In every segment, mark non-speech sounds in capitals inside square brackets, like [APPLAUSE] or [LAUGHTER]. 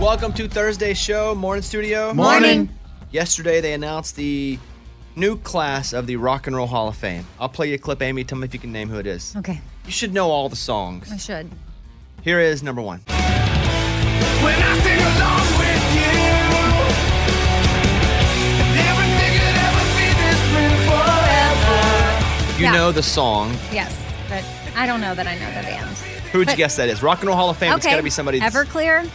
welcome to Thursday's show, Morning Studio. Morning. Yesterday, they announced the new class of the Rock and Roll Hall of Fame. I'll play you a clip, Amy. Tell me if you can name who it is. Okay, You should know all the songs. I should. Here is number one. When I sing along with you, everything could ever be this real forever. You Yeah. know the song. Yes, but I don't know that I know the band. Who would you But- guess that is? Rock and Roll Hall of Fame. It's okay, got to be somebody. that's- Everclear.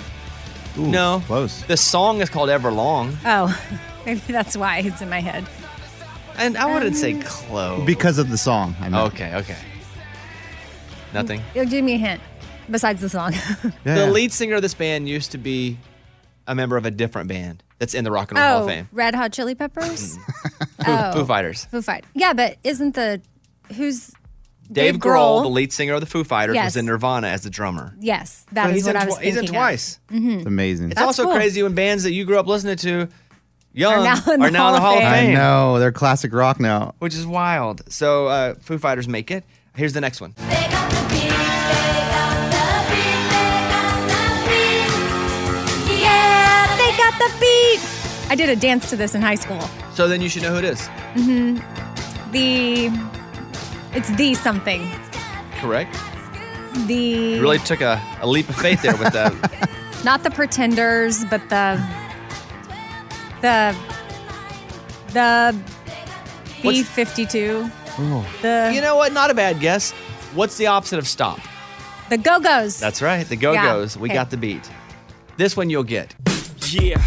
Ooh, No. Close. The song is called Everlong. Oh, [LAUGHS] maybe that's why it's in my head. And I wouldn't Um, say close. Because of the song. I meant. okay, okay. Nothing. You'll give me a hint. Besides the [LAUGHS] song. Yeah, yeah. The lead singer of this band used to be a member of a different band that's in the Rock and Roll Hall of oh, Fame. Red Hot Chili Peppers. [LAUGHS] Oh. Foo, Foo Fighters. Foo Fight. Yeah, but isn't the who's Dave, Dave Grohl. Grohl, the lead singer of the Foo Fighters, was Yes. in Nirvana as the drummer. yes? That So is he's what in I was twi- thinking. He's in of. twice. It's amazing. It's also cool. crazy when bands that you grew up listening to, young, now in are the now in the Hall Hall of of Fame, I know. They're classic rock now. which is wild. So uh, Foo Fighters make it. Here's the next one. They got the beat, they got the beat, they got the beat. Yeah, they They got the beat. I did a dance to this in high school. So then you should know who it is. The it's the something. Correct. The You really took a, a leap of faith there with [LAUGHS] the. not the Pretenders, but the the the What's- Oh. B fifty two. The you know what? Not a bad guess. What's the opposite of stop? the Go Go's. That's right. The Go Go's. We okay. got the beat. This one you'll get. Yeah,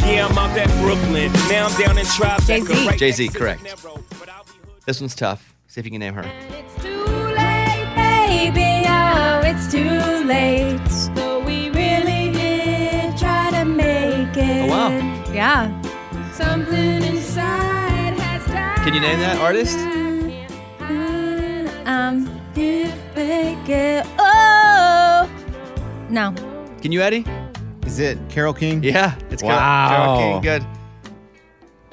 yeah, I'm out that Brooklyn. Now I'm down in Tribeca. Jay-Z. right Jay-Z, next to correct. Monero, but I'll be hood- This one's tough. See if you can name her. It's too late, baby. Oh, it's too late. Though we really did try to make it. Oh, wow. yeah. Something inside has died. Can you name that artist? Um, make it. Oh no, Can you, Eddie? Is it Carol King? Yeah, it's Carol- Wow. Carol King. Good.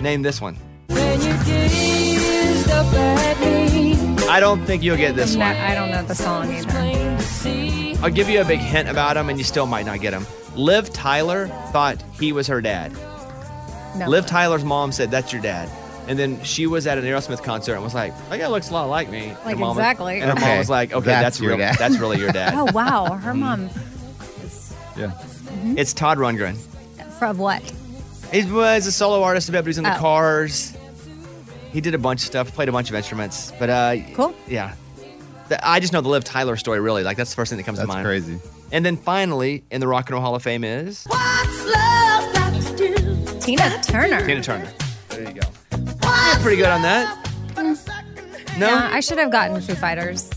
Name this one. When you gazed up at me, I don't think you'll get this No, one. I don't know the song either. plain to see. I'll give you a big hint about him, and you still might not get him. Liv Tyler thought he was her dad. No. Liv Tyler's mom said, "That's your dad," and then she was at an Aerosmith concert and was like, "That guy looks a lot like me." Like, Her mom was- exactly. And her mom Okay. was like, "Okay, that's, That's your real. dad." That's really your dad." [LAUGHS] Oh wow, her mom is Yeah. It's Todd Rundgren. from what? He was a solo artist, but he was in the Oh. Cars. He did a bunch of stuff, played a bunch of instruments, but uh, Cool. yeah. The- I just know the Liv Tyler story really. Like that's the first thing that comes That's to mind. crazy. And then finally, in the Rock and Roll Hall of Fame is What's love got to do? Tina Turner. Tina Turner. There you go. You're pretty good on that. No, Yeah, I should have gotten Foo Fighters.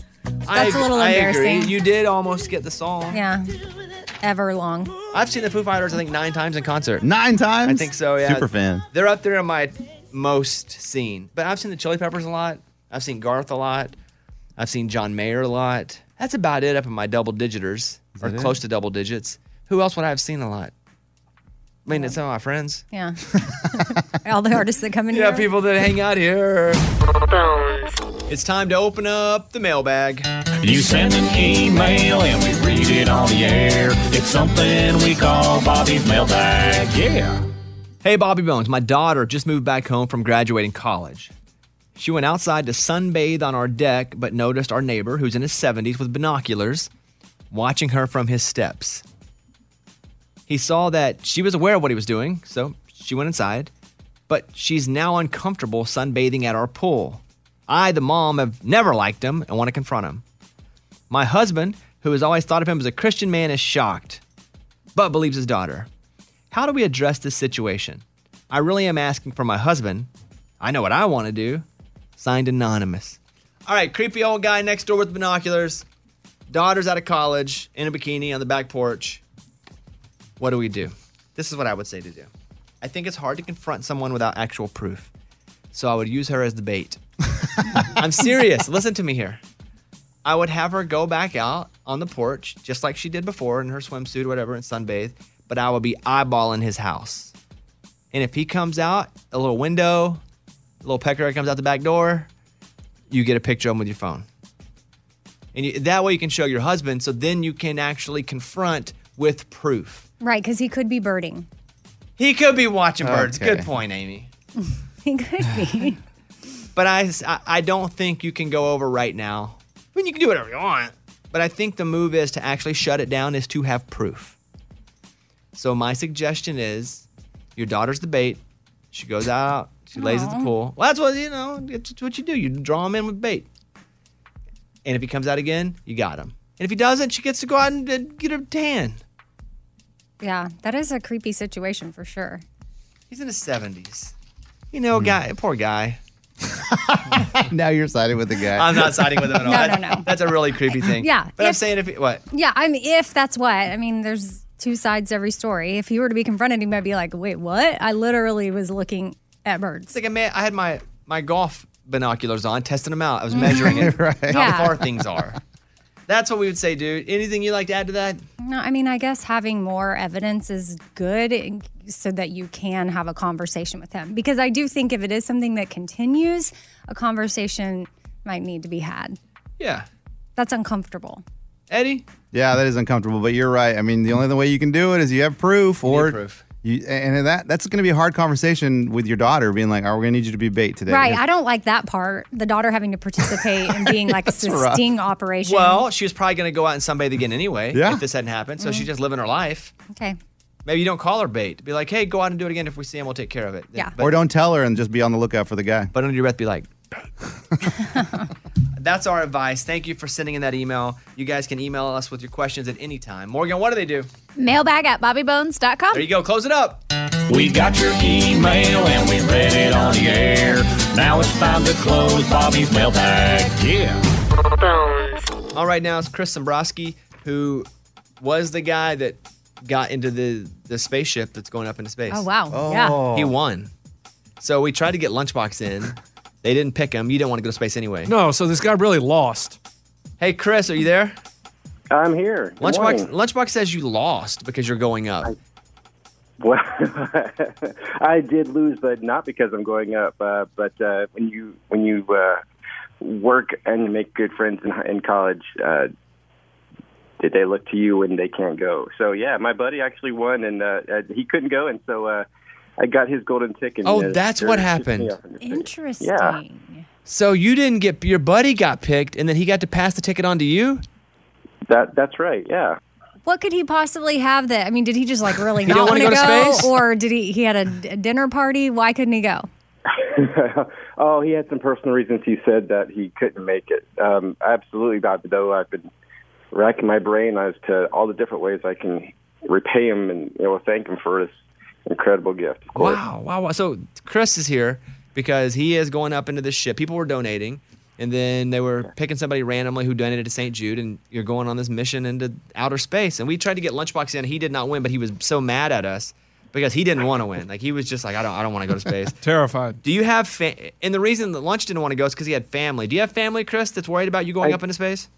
I that's a ag- little I agree. embarrassing. You did almost get the song. Yeah, ever long. I've seen the Foo Fighters, I think, nine times in concert. Nine times? I think so, yeah. Super fan. They're up there in my most seen. But I've seen the Chili Peppers a lot. I've seen Garth a lot. I've seen John Mayer a lot. That's about it up in my double digiters or that it? close to double digits. Who else would I have seen a lot? I mean, it's some of my friends. [LAUGHS] Yeah, all the artists that come in Yeah, here. people that hang out here. It's time to open up the mailbag. You send an email and we read it on the air. It's something we call Bobby's mailbag. Yeah. Hey, Bobby Bones, my daughter just moved back home from graduating college. She went outside to sunbathe on our deck, but noticed our neighbor, who's in his 70s with binoculars, watching her from his steps. He saw that she was aware of what he was doing, so she went inside, but she's now uncomfortable sunbathing at our pool. I, the mom, have never liked him and want to confront him. My husband, who has always thought of him as a Christian man, is shocked, but believes his daughter. How do we address this situation? I really am asking for my husband. I know what I want to do. Signed Anonymous. All right, creepy old guy next door with binoculars, daughter's out of college, in a bikini on the back porch. What do we do? This is what I would say to do. I think it's hard to confront someone without actual proof. So I would use her as the bait. [LAUGHS] I'm serious. Listen to me here. I would have her go back out on the porch, just like she did before in her swimsuit or whatever, and sunbathe. But I would be eyeballing his house. And if he comes out, a little window, a little pecker comes out the back door, you get a picture of him with your phone. And you, that way you can show your husband. So then you can actually confront with proof. Right, because he could be birding. He could be watching birds. Okay. Good point, Amy. He could be. [LAUGHS] But I, I, I don't think you can go over right now. I mean, you can do whatever you want. But I think the move is to actually shut it down is to have proof. So my suggestion is your daughter's the bait. She goes out, she lays at the Aw. pool. Well, that's what, you know, that's what you do. You draw him in with bait. And if he comes out again, you got him. And if he doesn't, she gets to go out and uh, get a tan. yeah, that is a creepy situation for sure. He's in his 70s. You know, guy, poor guy. now you're siding with the guy. [LAUGHS] I'm not siding with him at all. No, no, no. That's a really creepy thing. Yeah, But I'm if- saying if, he- what? Yeah, I mean, if that's what, I mean, there's two sides every story. If he were to be confronted, he might be like, wait, what? I literally was looking at birds. It's like I, may, I had my my golf binoculars on, testing them out. I was measuring it, how [LAUGHS] Yeah. far things are. That's what we would say, dude. Anything you'd like to add to that? No, I mean, I guess having more evidence is good so that you can have a conversation with him. Because I do think if it is something that continues, a conversation might need to be had. Yeah. That's uncomfortable. Eddie? Yeah, that is uncomfortable, but you're right. I mean, the only other way you can do it is you have proof or proof. You, and that that's going to be a hard conversation with your daughter, being like, "Are we going to need you to be bait today?" Right. I don't like that part. The daughter having to participate in being like [LAUGHS] That's a rough. sting operation. Well, she was probably going to go out and sunbathe again anyway Yeah. if this hadn't happened. Mm-hmm. So she's just living her life. okay. Maybe you don't call her bait. Be like, hey, go out and do it again. If we see him, we'll take care of it. Yeah. [LAUGHS] or don't tell her and just be on the lookout for the guy. But under your breath, [LAUGHS] be like, That's our advice. Thank you for sending in that email. You guys can email us with your questions at any time. Morgan, what do they do? Mailbag at bobbybones.com. There you go. Close it up. We got your email and we read it on the air. Now it's time to close Bobby's mailbag. Yeah. All right, now it's Chris Dombrowski, who was the guy that got into the, the spaceship that's going up into space. Oh, wow. Yeah. He won. So we tried to get Lunchbox in. They didn't pick him. You didn't want to go to space anyway. No, so this guy really lost. Hey, Chris, are you there? I'm here. [LAUGHS] Good Lunchbox, morning. Lunchbox says you lost because you're going up. Well, I did lose, but not because I'm going up. Uh, but uh, when you when you uh, work and make good friends in, in college, uh, did they look to you when they can't go? So yeah, my buddy actually won, and uh, uh, he couldn't go, and so uh, I got his golden ticket. Oh, and, uh, that's sure what shipped me happened. off into space. Interesting. Yeah. So you didn't get your buddy got picked, and then he got to pass the ticket on to you. That that's right. Yeah. [LAUGHS] What could he possibly have that? I mean, did he just like really [LAUGHS] He didn't not want to wanna go go, to space? or did he? He had a, d- a dinner party. Why couldn't he go? oh, he had some personal reasons he said that he couldn't make it. Um, absolutely not, though. I've been racking my brain as to all the different ways I can repay him and you know thank him for his incredible gift. Of course. Wow, wow, wow. So Chris is here because he is going up into this ship. People were donating, and then they were picking somebody randomly who donated to St. Jude, and you're going on this mission into outer space. And we tried to get Lunchbox in. He did not win, but he was so mad at us because he didn't want to win. Like he was just like, I don't, I don't want to go [LAUGHS] to space. Terrified. Do you have fa- and the reason that Lunch didn't want to go is because he had family. Do you have family, Chris, that's worried about you going I- up into space?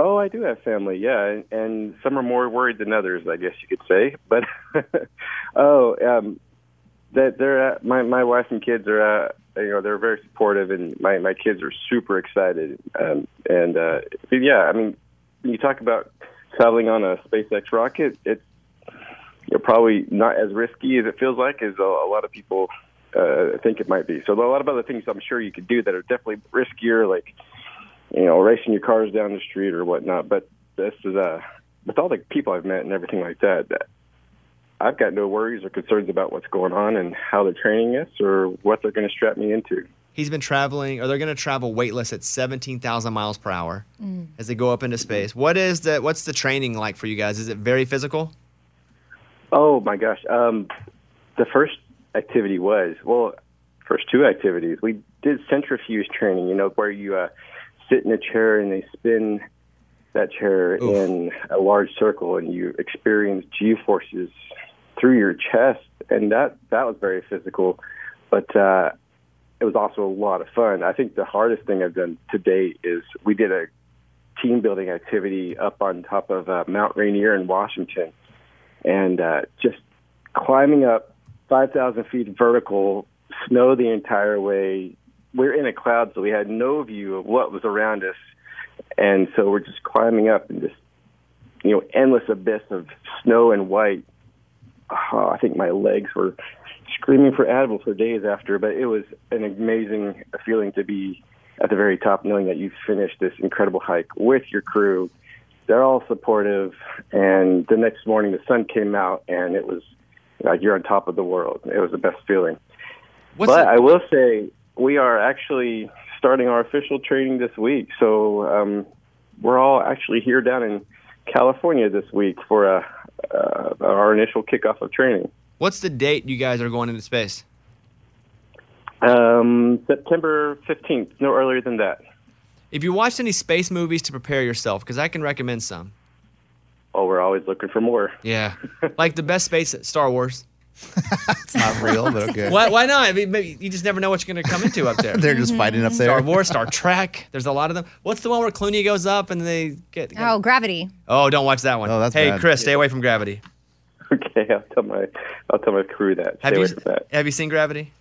Oh, I do have family, yeah, and some are more worried than others, I guess you could say. [LAUGHS] But oh, um, that they're uh, my my wife and kids are uh, you know they're very supportive, and my my kids are super excited. Um, and uh, yeah, I mean, when you talk about traveling on a SpaceX rocket, it's you're probably not as risky as it feels like as a, a lot of people uh, think it might be. So there are a lot of other things I'm sure you could do that are definitely riskier, like you know, racing your cars down the street or whatnot. But this is uh, with all the people I've met and everything like that, that I've got no worries or concerns about what's going on and how they're training us or what they're going to strap me into. He's been traveling, or they're going to travel weightless at 17,000 miles per hour. as they go up into space. What is the what's the training like for you guys? Is it very physical? Oh my gosh. Um, the first activity was well, first two activities we did centrifuge training. You know where you uh, sit in a chair and they spin that chair in a large circle and you experience g forces through your chest and that that was very physical, but uh, it was also a lot of fun. I think the hardest thing I've done to date is we did a team building activity up on top of uh, Mount Rainier in Washington and uh, just climbing up 5,000 feet vertical, snow the entire way. We're in a cloud, so we had no view of what was around us, and so we're just climbing up and just you know endless abyss of snow and white. Oh, I think my legs were screaming for Advil for days after, but it was an amazing feeling to be at the very top, knowing that you've finished this incredible hike with your crew. They're all supportive, and the next morning the sun came out, and it was like you're on top of the world. It was the best feeling. but I will say we are actually starting our official training this week, so um, we're all actually here down in California this week for uh uh, our initial kickoff of training. What's the date you guys are going into space? Um, September 15th, no earlier than that. If you watched any space movies to prepare yourself, because I can recommend some. Oh, we're always looking for more. [LAUGHS] Yeah, [LAUGHS] like the best space Star Wars. it's not real, but [LAUGHS] okay. Why, why not? I mean, maybe you just never know what you're going to come into [LAUGHS] up there. They're just fighting up there. Star Wars, Star Trek. There's a lot of them. What's the one where Clooney goes up and they get? Oh, gravity. Oh, don't watch that one. Oh, that's hey, bad. Chris, stay away from Gravity. Okay, I'll tell my I'll tell my crew that. Stay Have you away from that. have you seen Gravity?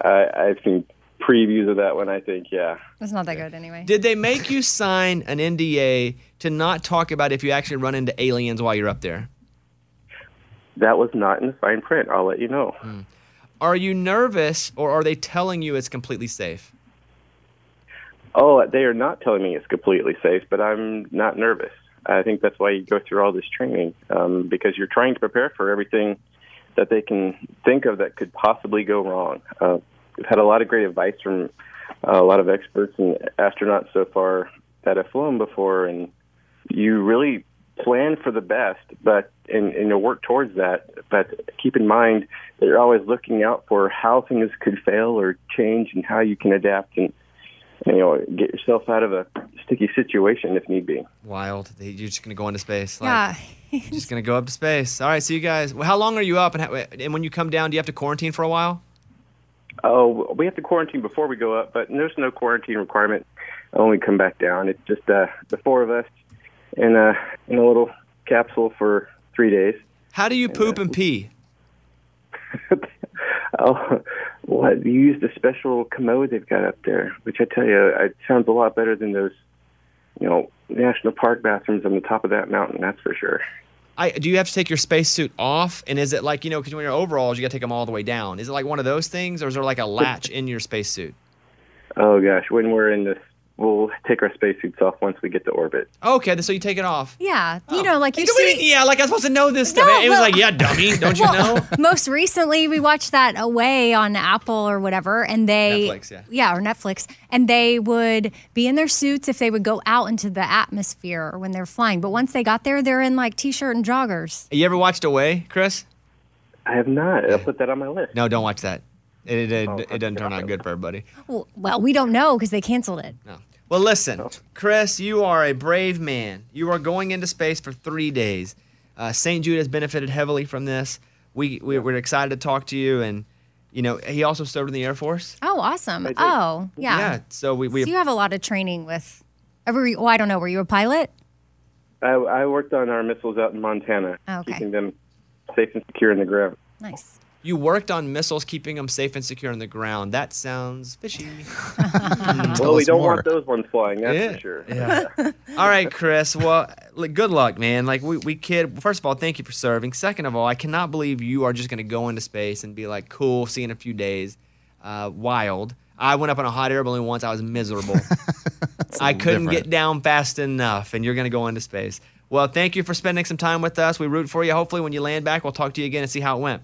I, I've seen previews of that one. I think, yeah. It's not that good anyway. Did they make you sign an NDA to not talk about if you actually run into aliens while you're up there? That was not in the fine print. I'll let you know. Are you nervous, or are they telling you it's completely safe? Oh, they are not telling me it's completely safe, but I'm not nervous. I think that's why you go through all this training um, because you're trying to prepare for everything that they can think of that could possibly go wrong. Uh, we've had a lot of great advice from uh, a lot of experts and astronauts so far that have flown before, and you really plan for the best, but and, and you work towards that. But keep in mind that you're always looking out for how things could fail or change, and how you can adapt and you know get yourself out of a sticky situation if need be. Wild. They- You're just going to go into space. Like, Yeah. Just going to go up to space. All right, so you guys, well, how long are you up? And, how, and when you come down, do you have to quarantine for a while? Oh, we have to quarantine before we go up, but there's no quarantine requirement when we come back down. It's just uh, the four of us in a in a little capsule for three days. How do you poop and pee? Oh, [LAUGHS] well, you use the special commode they've got up there, which I tell you, it sounds a lot better than those, you know, national park bathrooms on the top of that mountain. That's for sure. I, do you have to take your spacesuit off? And is it like, you know, because when you're overalls, you got to take them all the way down. Is it like one of those things, or is there like a latch in your spacesuit? Oh gosh, when we're in this, we'll take our spacesuits off once we get to orbit. Okay, then so you take it off. [LAUGHS] Yeah. Oh. You know, like you We didn't- see. yeah, like I'm supposed to know this stuff. No, it was well- like, [LAUGHS] yeah, dummy, don't E you Well, know? most recently, we watched that Away on Apple or whatever, and they Netflix, yeah. or Netflix, and they would be in their suits if they would go out into the atmosphere when they're flying. But once they got there, they're in like t-shirt and joggers. You ever watched Away, Chris? I have not. I'll put that on my list. No, don't watch that. It, it, it, it doesn't turn out good for everybody. Well, well we don't know because they canceled it. No. Well, listen, Chris, you are a brave man. You are going into space for three days. Uh, St. Jude has benefited heavily from this. We, we we're excited to talk to you, and you know he also served in the Air Force. Oh, awesome! Oh, yeah. so we, we So you have a lot of training with. uh, Were you, oh, I don't know. Were you a pilot? I, I worked on our missiles out in Montana, Okay. keeping them safe and secure in the ground. Nice. you worked on missiles, keeping them safe and secure on the ground. That sounds fishy. well, we us don't more. want those ones flying. That's Yeah. for sure. [LAUGHS] all right, Chris. Well, like, good luck, man. Like we we kid. First of all, thank you for serving. Second of all, I cannot believe you are just going to go into space and be like, cool, see you in a few days. Uh, wild. I went up in a hot air balloon once. I was miserable. I couldn't different. get down fast enough, and you're going to go into space. Well, thank you for spending some time with us. We root for you. Hopefully, when you land back, we'll talk to you again and see how it went.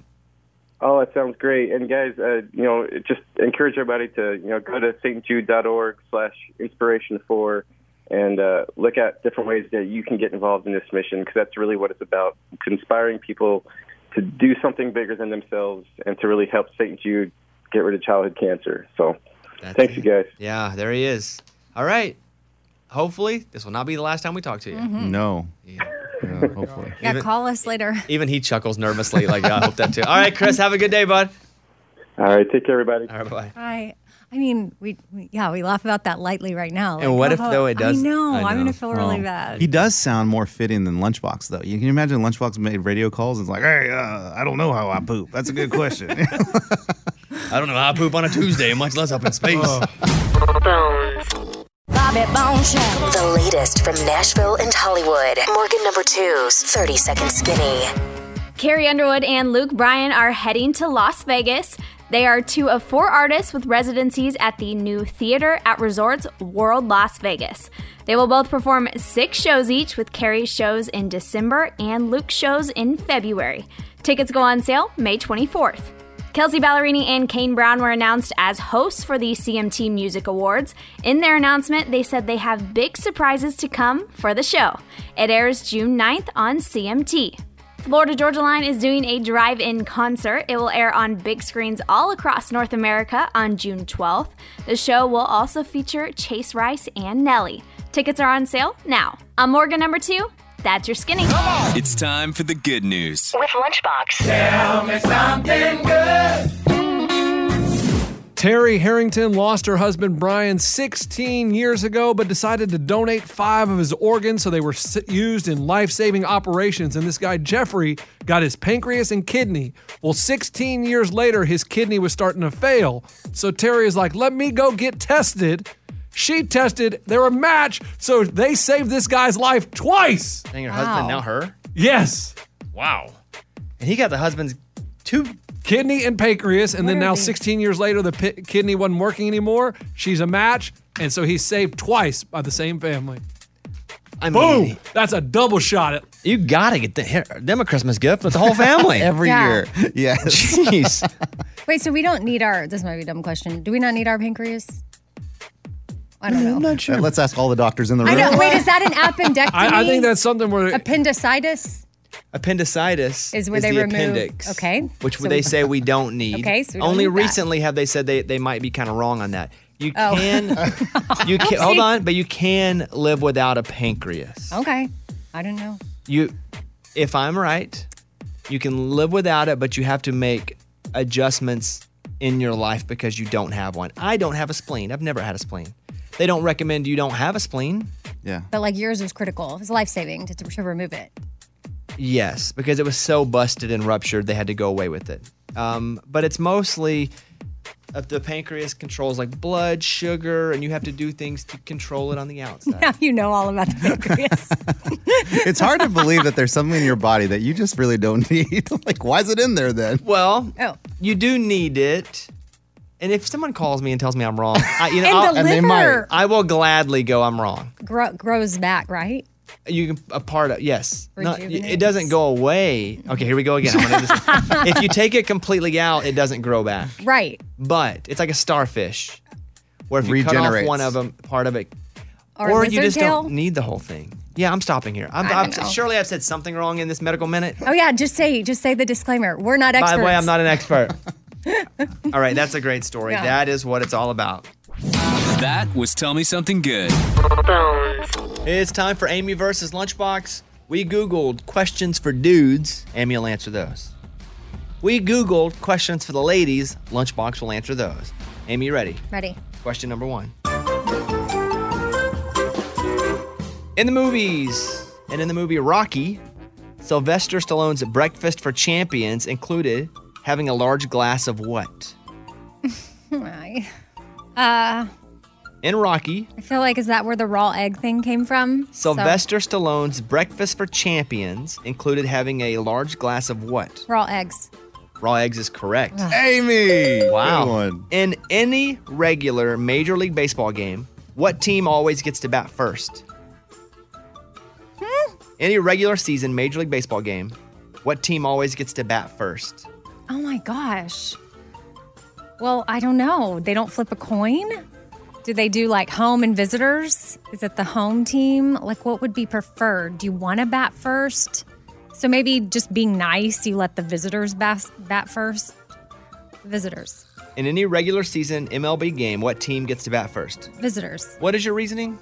Oh, that sounds great. And guys, uh, you know, just encourage everybody to you know go to stjude.org slash inspiration for and uh, look at different ways that you can get involved in this mission because that's really what it's about: It's inspiring people to do something bigger than themselves and to really help St. Jude get rid of childhood cancer. So, That's thanks, it. you guys. Yeah, there he is. All right. Hopefully, this will not be the last time we talk to you. No. Yeah, hopefully. Yeah, call us later. [LAUGHS] Even he chuckles nervously, like, yeah, I hope that too. All right, Chris, have a good day, bud. All right, take care, everybody. All right, bye. I, I mean, we, we yeah, we laugh about that lightly right now. oh, And what if, though, it does- I know. I I'm know. Oh. gonna feel really Well, bad. Um, He does sound more fitting than Lunchbox, though. You can imagine Lunchbox made radio calls and it's like, hey, uh, I don't know how I poop. That's a good question. [LAUGHS] Oh. I don't know how I poop on a Tuesday, much less up in space. Bones. Bobby Bones Show. The latest from Nashville and Hollywood. Morgan number two's 30 Second Skinny. Carrie Underwood and Luke Bryan are heading to Las Vegas. They are two of four artists with residencies at the new Theater at Resorts World Las Vegas. They will both perform six shows each, with Carrie's shows in December and Luke's shows in February. Tickets go on sale May 24th. Kelsey Ballerini and Kane Brown were announced as hosts for the CMT Music Awards. In their announcement, they said they have big surprises to come for the show. It airs June 9th on CMT. Florida Georgia Line is doing a drive in concert. It will air on big screens all across North America on June 12th. The show will also feature Chase Rice and Nelly. Tickets are on sale now. I'm Morgan number two. That's your skinny. It's time for the good news. With Lunchbox. Tell me something good. Terry Harrington lost her husband Brian 16 years ago, but decided to donate five of his organs so they were s- used in life saving operations. And this guy, Jeffrey, got his pancreas and kidney. Well, 16 years later, his kidney was starting to fail. So Terry is like, let me go get tested. She tested, they're a match. So they saved this guy's life twice. Dang, her husband, now her? Yes. Wow. And he got the husband's two kidney and pancreas, and then Where now are they? 16 years later, the pi kidney wasn't working anymore. She's a match, and so he's saved twice by the same family. I Boom! That's a double shot. At- you gotta get the, here, them a Christmas gift with the whole [LAUGHS] [LAUGHS] family Every Yeah. year. [LAUGHS] Yeah. Jeez. Wait, so we don't need our. This might be a dumb question. Do we not need our pancreas? I don't know. I'm not sure. Let's ask all the doctors in the I room. know. Wait, is [LAUGHS] that an appendectomy? I- I think that's something where appendicitis Appendicitis is where they the remove. appendix. Okay. Which So- they say we don't need. Okay, so we don't Only need that. recently have they said they, they might be kind of wrong on that. You Oh. can [LAUGHS] you can hold on, but you can live without a pancreas. Okay. I don't know. You, if I'm right, you can live without it, but you have to make adjustments in your life because you don't have one. I don't have a spleen. I've never had a spleen. They don't recommend you don't have a spleen. Yeah. But like yours was critical. It's life saving to, to, to remove it. [LAUGHS] Yes, because it was so busted and ruptured, they had to go away with it. Um, but it's mostly uh, the pancreas controls like blood, sugar, and you have to do things to control it on the [LAUGHS] outside. Now you know all about the [LAUGHS] pancreas. Oh, it's hard to believe that there's something in your body that you just really don't [LAUGHS] need. like, why is it in there then? Well, Oh. you do need it. And if someone calls me and tells me I'm wrong, I, you [LAUGHS] know, And I'll- the And they liver. might. I will gladly go. I'm wrong. Grow, grows back, right? You can a part of yes. Not- it Rejuvenates. doesn't go away. Okay, here we go again. I'm [LAUGHS] gonna just, if you take it completely out, it doesn't grow back. Right. But it's like a starfish, where if you cut off Regenerates. one of them, part of it, Or a you lizard just tail? don't need the whole thing. Yeah, I'm stopping here. I'm, I I'm, don't know. surely I've said something wrong in this medical minute. Oh yeah, just say just say the disclaimer. We're not experts. By the way, I'm not [LAUGHS] an expert. all right, that's a great story. Yeah. That is what it's all about. That was Tell Me Something Good. It's time for Amy versus Lunchbox. We Googled questions for dudes. Amy will answer those. We Googled questions for the ladies. Lunchbox will answer those. Amy, you ready? ready. Question number one. In the movies, and in the movie Rocky, Sylvester Stallone's breakfast for champions included having a large glass of what? Right. Uh, In Rocky, I feel like is that where the raw egg thing came from? So- Sylvester Stallone's breakfast for champions included having a large glass of what? raw eggs. Raw eggs is correct. Ugh. Amy! Wow. Ah. Good one. In any regular Major League Baseball game, what team always gets to bat first? Hmm? Any regular season Major League Baseball game, what team always gets to bat first? Oh my gosh. Well, I don't know. They don't flip a coin? Do they do like home and visitors? Is it the home team? Like what would be preferred? Do you want to bat first? So maybe just being nice, you let the visitors bat, bat first. Visitors. In any regular season MLB game, what team gets to bat first? Visitors. What is your reasoning?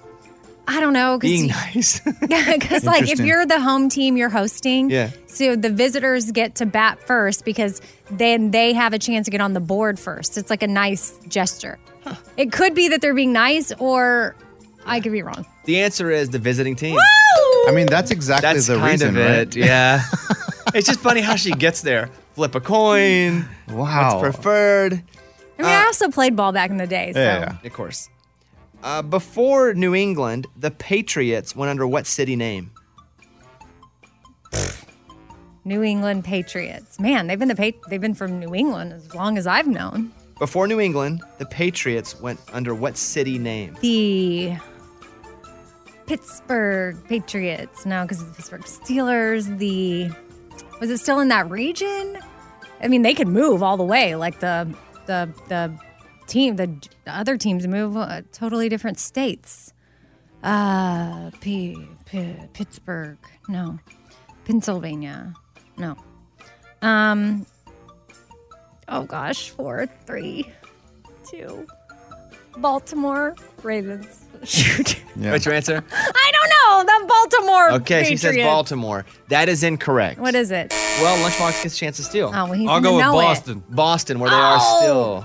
I don't know. Being you- [LAUGHS] nice. [LAUGHS] Yeah, because like if Interesting. you're the home team, you're hosting. Yeah. So the visitors get to bat first because then they have a chance to get on the board first. It's like a nice gesture. It could be that they're being nice, or I could be wrong. The answer is the visiting team. I mean, that's exactly That's the kind reason, of it. right? Yeah. [LAUGHS] it's just funny how she gets there. Flip a coin. Wow. What's preferred? Uh, I mean, I also played ball back in the day. So. Of course. Uh, before New England, the Patriots went under what city name? New England Patriots. Man, they've been the pa- they've been from New England as long as I've known. Before New England, the Patriots went under what city name? The Pittsburgh Patriots. No, because the Pittsburgh Steelers. The was it still in that region? I mean, they could move all the way. Like the the the team, the, the other teams move uh, totally different states. Uh, P, P, Pittsburgh. No, Pennsylvania. No. Um. Oh gosh, four, three, two. Baltimore Ravens. [LAUGHS] Shoot. What's your answer? I don't know. The Baltimore. okay, she says Patriots. Baltimore. That is incorrect. What is it? Well, Lunchbox gets a chance to steal. Oh, well, he's I'll gonna go with know it. Boston. Boston, where they Oh. are still.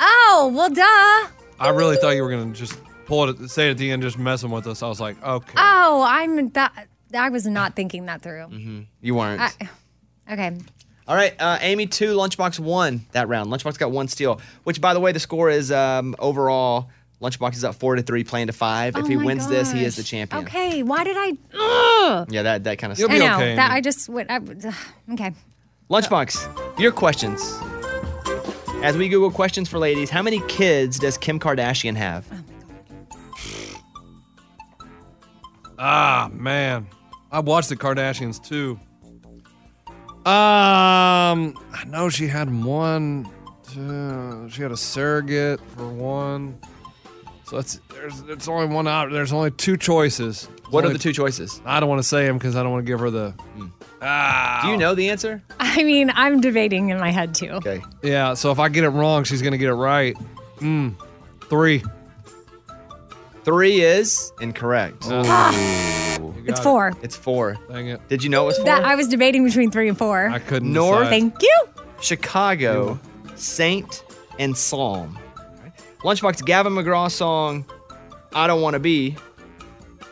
Oh, well, duh. I really thought you were gonna just pull it, say it at the end, just messing with us. I was like, okay, Oh, I'm that. I was not thinking that through. You weren't. I, okay. All right, uh, Amy two, Lunchbox one that round. Lunchbox got one steal, which by the way, the score is um, overall. Lunchbox is up four to three, playing to five. Oh if he my wins this, he gosh. is the champion. Okay. Why did I? Ugh. Yeah, that that kind of. I know that I just went. I, ugh, okay. Lunchbox, your questions. As we Google questions for ladies, how many kids does Kim Kardashian have? ah man, I watched the Kardashians too. Um, I know she had one. Two, she had a surrogate for one. So that's there's there's only one out. There's only two choices. What Only- are the two choices? I don't want to say them because I don't want to give her the. Ah. Do you know the answer? I mean, I'm debating in my head too. Okay. Yeah. So if I get it wrong, she's gonna get it right. Mm, three. Three is incorrect. It's it. four. It's four. Dang it. Did you know it was four? That I was debating between three and four. I couldn't North- decide. Thank you. Chicago, Saint, and Psalm. Lunchbox Gavin McGraw song I Don't Wanna Be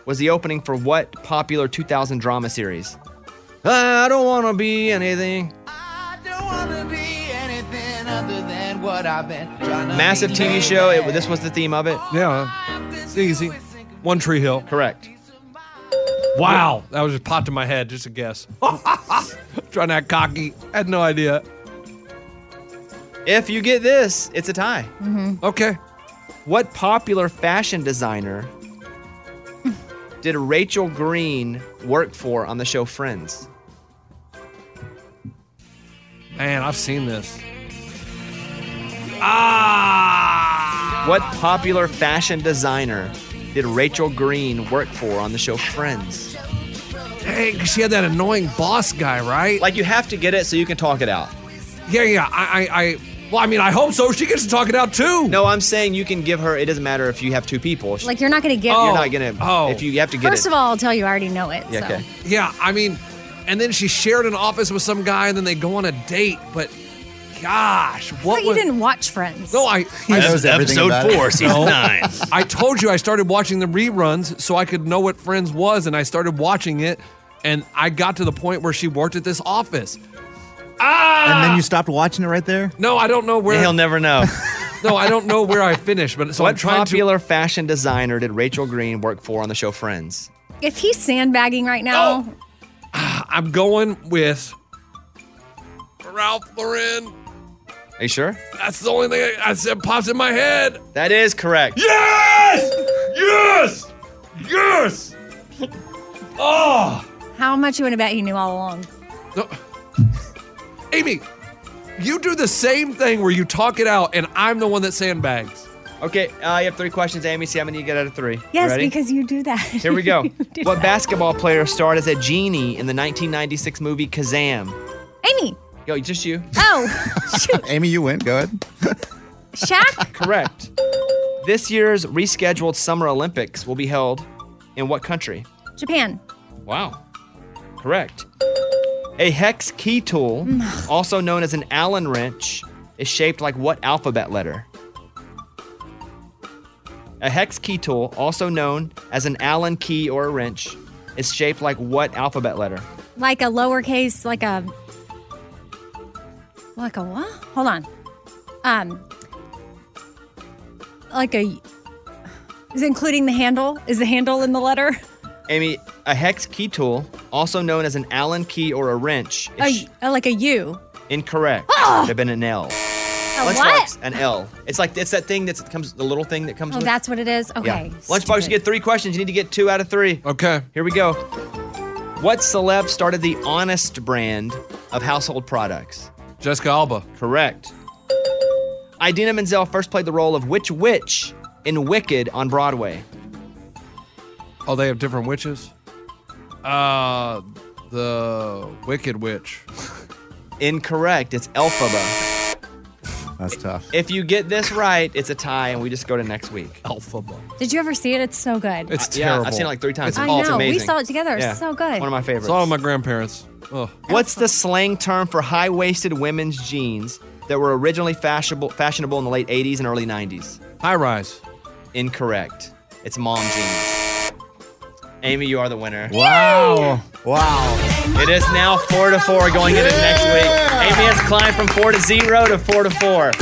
was the opening for what popular 2000 drama series? I don't wanna be anything. Other than what I've been trying to Massive make TV it. show. It, this was the theme of it. Yeah. It's easy. One Tree Hill. Correct. Wow. That was just popped in my head. Just a guess. [LAUGHS] Trying to act cocky. Had no idea. If you get this, it's a tie. Mhm. Okay. What popular fashion designer did Rachel Green work for on the show Friends? Man, I've seen this. Ah! What popular fashion designer did Rachel Green work for on the show Friends? Dang, 'cause she had that annoying boss guy, right? Like you have to get it so you can talk it out. Yeah, yeah. I, I, I well, I mean, I hope so. She gets to talk it out too. No, I'm saying you can give her. It doesn't matter if you have two people. Like you're not gonna get. You're not gonna. Oh. If you, you have to get First it. of all, I'll tell you, I already know it. Yeah, so. okay. Yeah, I mean, and then she shared an office with some guy, and then they go on a date. But gosh, what But you was? didn't watch Friends. [LAUGHS] No, I. I knows everything Episode about it. four, season nine. I told you I started watching the reruns so I could know what Friends was, and I started watching it, and I got to the point where she worked at this office. Ah! And then you stopped watching it [LAUGHS] right there? No, I don't know where. He'll [LAUGHS] never know. no, I don't know where I finished, but so what I'm trying popular fashion designer did Rachel Green work for on the show Friends? If he's sandbagging right now, Oh. to. I'm going with Ralph Lauren. Are you sure? That's the only thing I, I said pops in my head. That is correct. Yes! Yes! Yes! Oh! how much you want to bet he knew all along? Amy, you do the same thing where you talk it out, and I'm the one that sandbags. Okay, uh, you have three questions, Amy. See how many you get out of three. You Yes, ready? because you [LAUGHS] do that. Here we go. what basketball player starred as a genie in the 1996 movie Kazam? Amy. Yo, just you. Oh, Amy, you win. Go ahead. Shaq. [LAUGHS] Correct. This year's rescheduled Summer Olympics will be held in what country? Japan. Wow. Correct. A hex key tool, also known as an Allen wrench, is shaped like what alphabet letter? A hex key tool, also known as an Allen key or a wrench, is shaped like what alphabet letter? Like a lowercase, like a like a what? Hold on. Um, like a Is including the handle? Is the handle in the letter? Amy, a hex key tool, also known as an Allen key or a wrench, is A, uh, like a U. incorrect. Ah! Should have been an L. what? Lunchbox, an L. It's like it's that thing that comes, the little thing that comes. Oh, with- that's what it is. Okay. Yeah. Lunchbox, you get three questions. You need to get two out of three. Okay. Here we go. What celeb started the Honest brand of household products? Jessica Alba. Correct. Idina Menzel first played the role of which witch in Wicked on Broadway? Oh, they have different witches? Uh, the Wicked Witch. Incorrect. It's Elphaba. That's tough. If you get this right, it's a tie, and we just go to next week. Elphaba. Did you ever see it? It's so good. It's Uh, yeah, I've terrible. seen it like three times. It's I all- it's know. We amazing. saw it together. It's so good. One of my favorites. It's all my grandparents. Ugh. What's the slang term for high-waisted women's jeans that were originally fashionable, fashionable in the late 80s and early 90s? High-rise. Incorrect. It's mom jeans. Amy, you are the winner. Wow. Wow. It is now four to four going into next week. Amy has climbed from four to zero to four to four.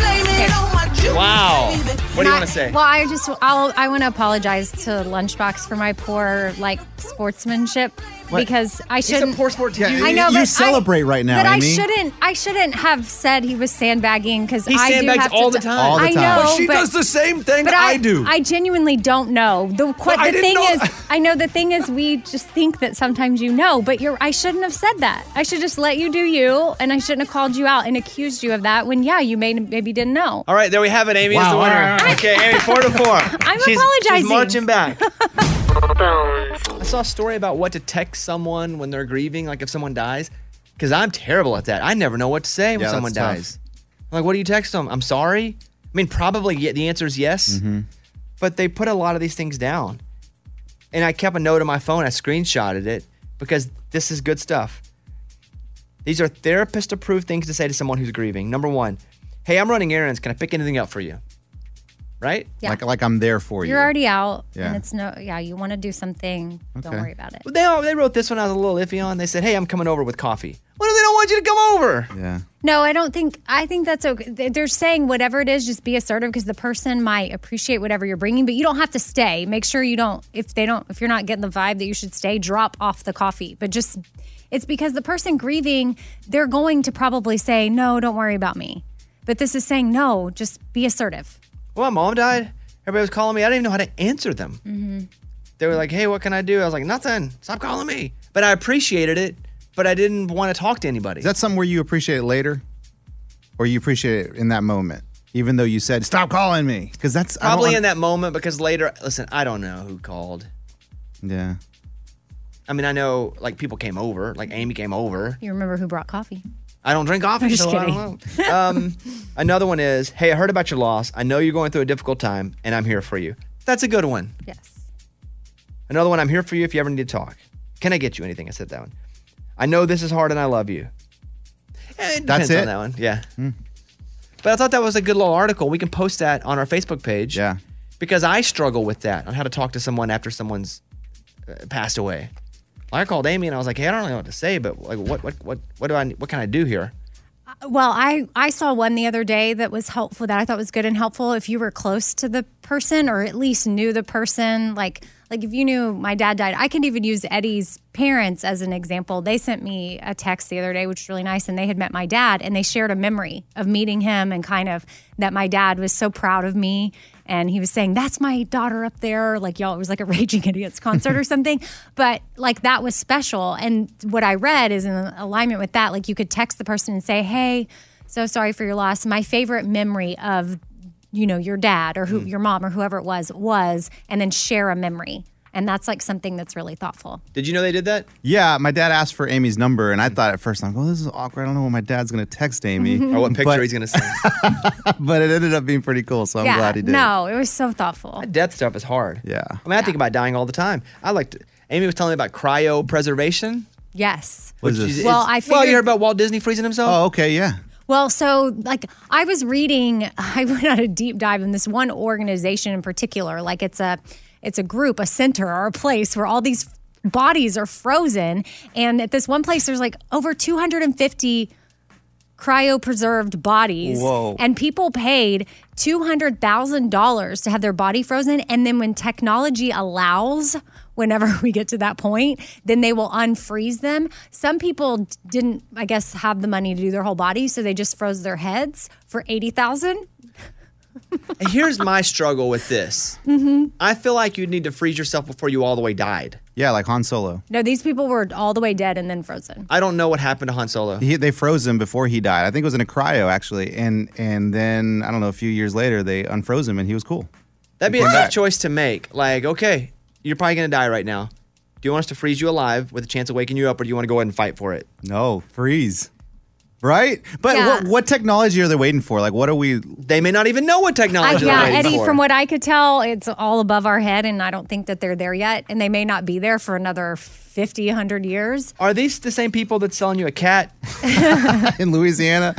Wow. What do you want to say? Well, I just I'll, I want to apologize to Lunchbox for my poor like sportsmanship What? because I He's a shouldn't. poor sport. I know, You but celebrate right now, but I Amy. shouldn't. I shouldn't have said he was sandbagging because He I do sandbags have all to, the time. All the I time. know, But she does the same thing but that I do. I genuinely don't know. The, qu- Well, I the didn't thing know- is, I know the thing is, we just think that sometimes you know, but you're. I shouldn't have said that. I should just let you do you, and I shouldn't have called you out and accused you of that when yeah, you may maybe didn't know. All right, there we have it. Amy is the Wow. winner. Okay, Amy, four to [LAUGHS] four. I'm she's, She's apologizing. marching back. I saw a story about what to text someone when they're grieving, like if someone dies, because I'm terrible at that. I never know what to say when Yeah, that's someone tough. dies. I'm like, what do you text them? I'm sorry. I mean, probably yeah, the answer is yes, Mm-hmm. but they put a lot of these things down. And I kept a note on my phone. I screenshotted it because this is good stuff. These are therapist approved things to say to someone who's grieving. Number one, hey, I'm running errands. Can I pick anything up for you? Right? Yeah. Like- like I'm there for You're already out, Yeah. and it's no. Yeah, you want to do something. Don't Okay. worry about it. Well, they, all, they wrote this one I was a little iffy on. They said, hey, I'm coming over with coffee. What if they don't want you to come over? Yeah. No, I don't think. I think that's okay. They- They're saying whatever it is, just be assertive because the person might appreciate whatever you're bringing, but you don't have to stay. Make sure you don't. If they don't, if you're not getting the vibe that you should stay, drop off the coffee. But just, it's because the person grieving, they're going to probably say, "No, don't worry about me." But this is saying, "No, just be assertive." Well, my mom died. Everybody was calling me. I didn't even know how to answer them. Mm-hmm. They were like, hey, what can I do? I was like, nothing. Stop calling me. But I appreciated it, but I didn't want to talk to anybody. Is that something where you appreciate it later, or you appreciate it in that moment, even though you said "stop calling me"? Because that's I don't Probably wanna- in that moment because later, listen, I don't know who called. Yeah. I mean, I know like people came over, like Amy came over. You remember who brought coffee? I don't drink coffee. I'm just so I don't kidding. know. Um, another one is, hey, I heard about your loss. I know you're going through a difficult time, and I'm here for you. That's a good one. Yes. Another one, I'm here for you if you ever need to talk. Can I get you anything? I said that one. I know this is hard, and I love you. Eh, It That's depends on it? that one. Yeah. But I thought that was a good little article. We can post that on our Facebook page. Yeah. Because I struggle with that on how to talk to someone after someone's uh, passed away. I called Amy and I was like, "Hey, I don't really know what to say, but like, what, what, what, what do I, what can I do here?" Well, I I saw one the other day that was helpful that I thought was good and helpful if you were close to the person or at least knew the person like like if you knew my dad died. I could even use Eddie's parents as an example. They sent me a text the other day which was really nice and they had met my dad and they shared a memory of meeting him and kind of that my dad was so proud of me and he was saying that's my daughter up there like y'all it was like a [LAUGHS] raging idiots concert or something but like that was special and what i read is in alignment with that like you could text the person and say hey so sorry for your loss my favorite memory of you know your dad or who Mm. your mom or whoever it was was and then share a memory and that's like something that's really thoughtful Did you know they did that? Yeah, my dad asked for Amy's number, and I thought at first, I'm like, well, this is awkward. I don't know what my dad's going to [LAUGHS] text Amy. Or what picture But- he's gonna send. [LAUGHS] but it ended up being pretty cool, so I'm yeah glad he did. no it was so thoughtful Death stuff is hard. Yeah. I mean, I think about dying all the time. I like to. Amy was telling me about cryopreservation. yes What is Which this? is- well i figured Well, you heard about Walt Disney freezing himself? Oh, okay, yeah. Well, so like I was reading, [LAUGHS] I went on a deep dive in this one organization in particular. Like it's a, it's a group, a center, or a place where all these bodies are frozen, and at this one place, there's like over 250 cryopreserved bodies, Whoa. and people paid $200,000 to have their body frozen. And then when technology allows, whenever [LAUGHS] we get to that point, then they will unfreeze them. Some people d- didn't, I guess, have the money to do their whole body. So they just froze their heads for 80000 Oh. And Here's my struggle with this. Mm-hmm. I feel like you'd need to freeze yourself before you all the way died. Yeah, like Han Solo. No, these people were all the way dead and then frozen. I don't know what happened to Han Solo. He, they froze him before he died. I think it was in a cryo actually, and and then I don't know a few years later they unfroze him and he was cool. That'd be He a came tough back. choice to make. Like, okay, you're probably gonna die right now. Do you want us to freeze you alive with a chance of waking you up, or do you want to go ahead and fight for it? No, freeze. Right? But what, what technology are they waiting for? Like, what are we? [LAUGHS] They may not even know what I, technology. yeah, Eddie, from what I could tell, it's all above our head, and I don't think that they're there yet. And they may not be there for another 50, 100 years. Are these the same people that's selling you a [LAUGHS] cat? in [LAUGHS] Louisiana,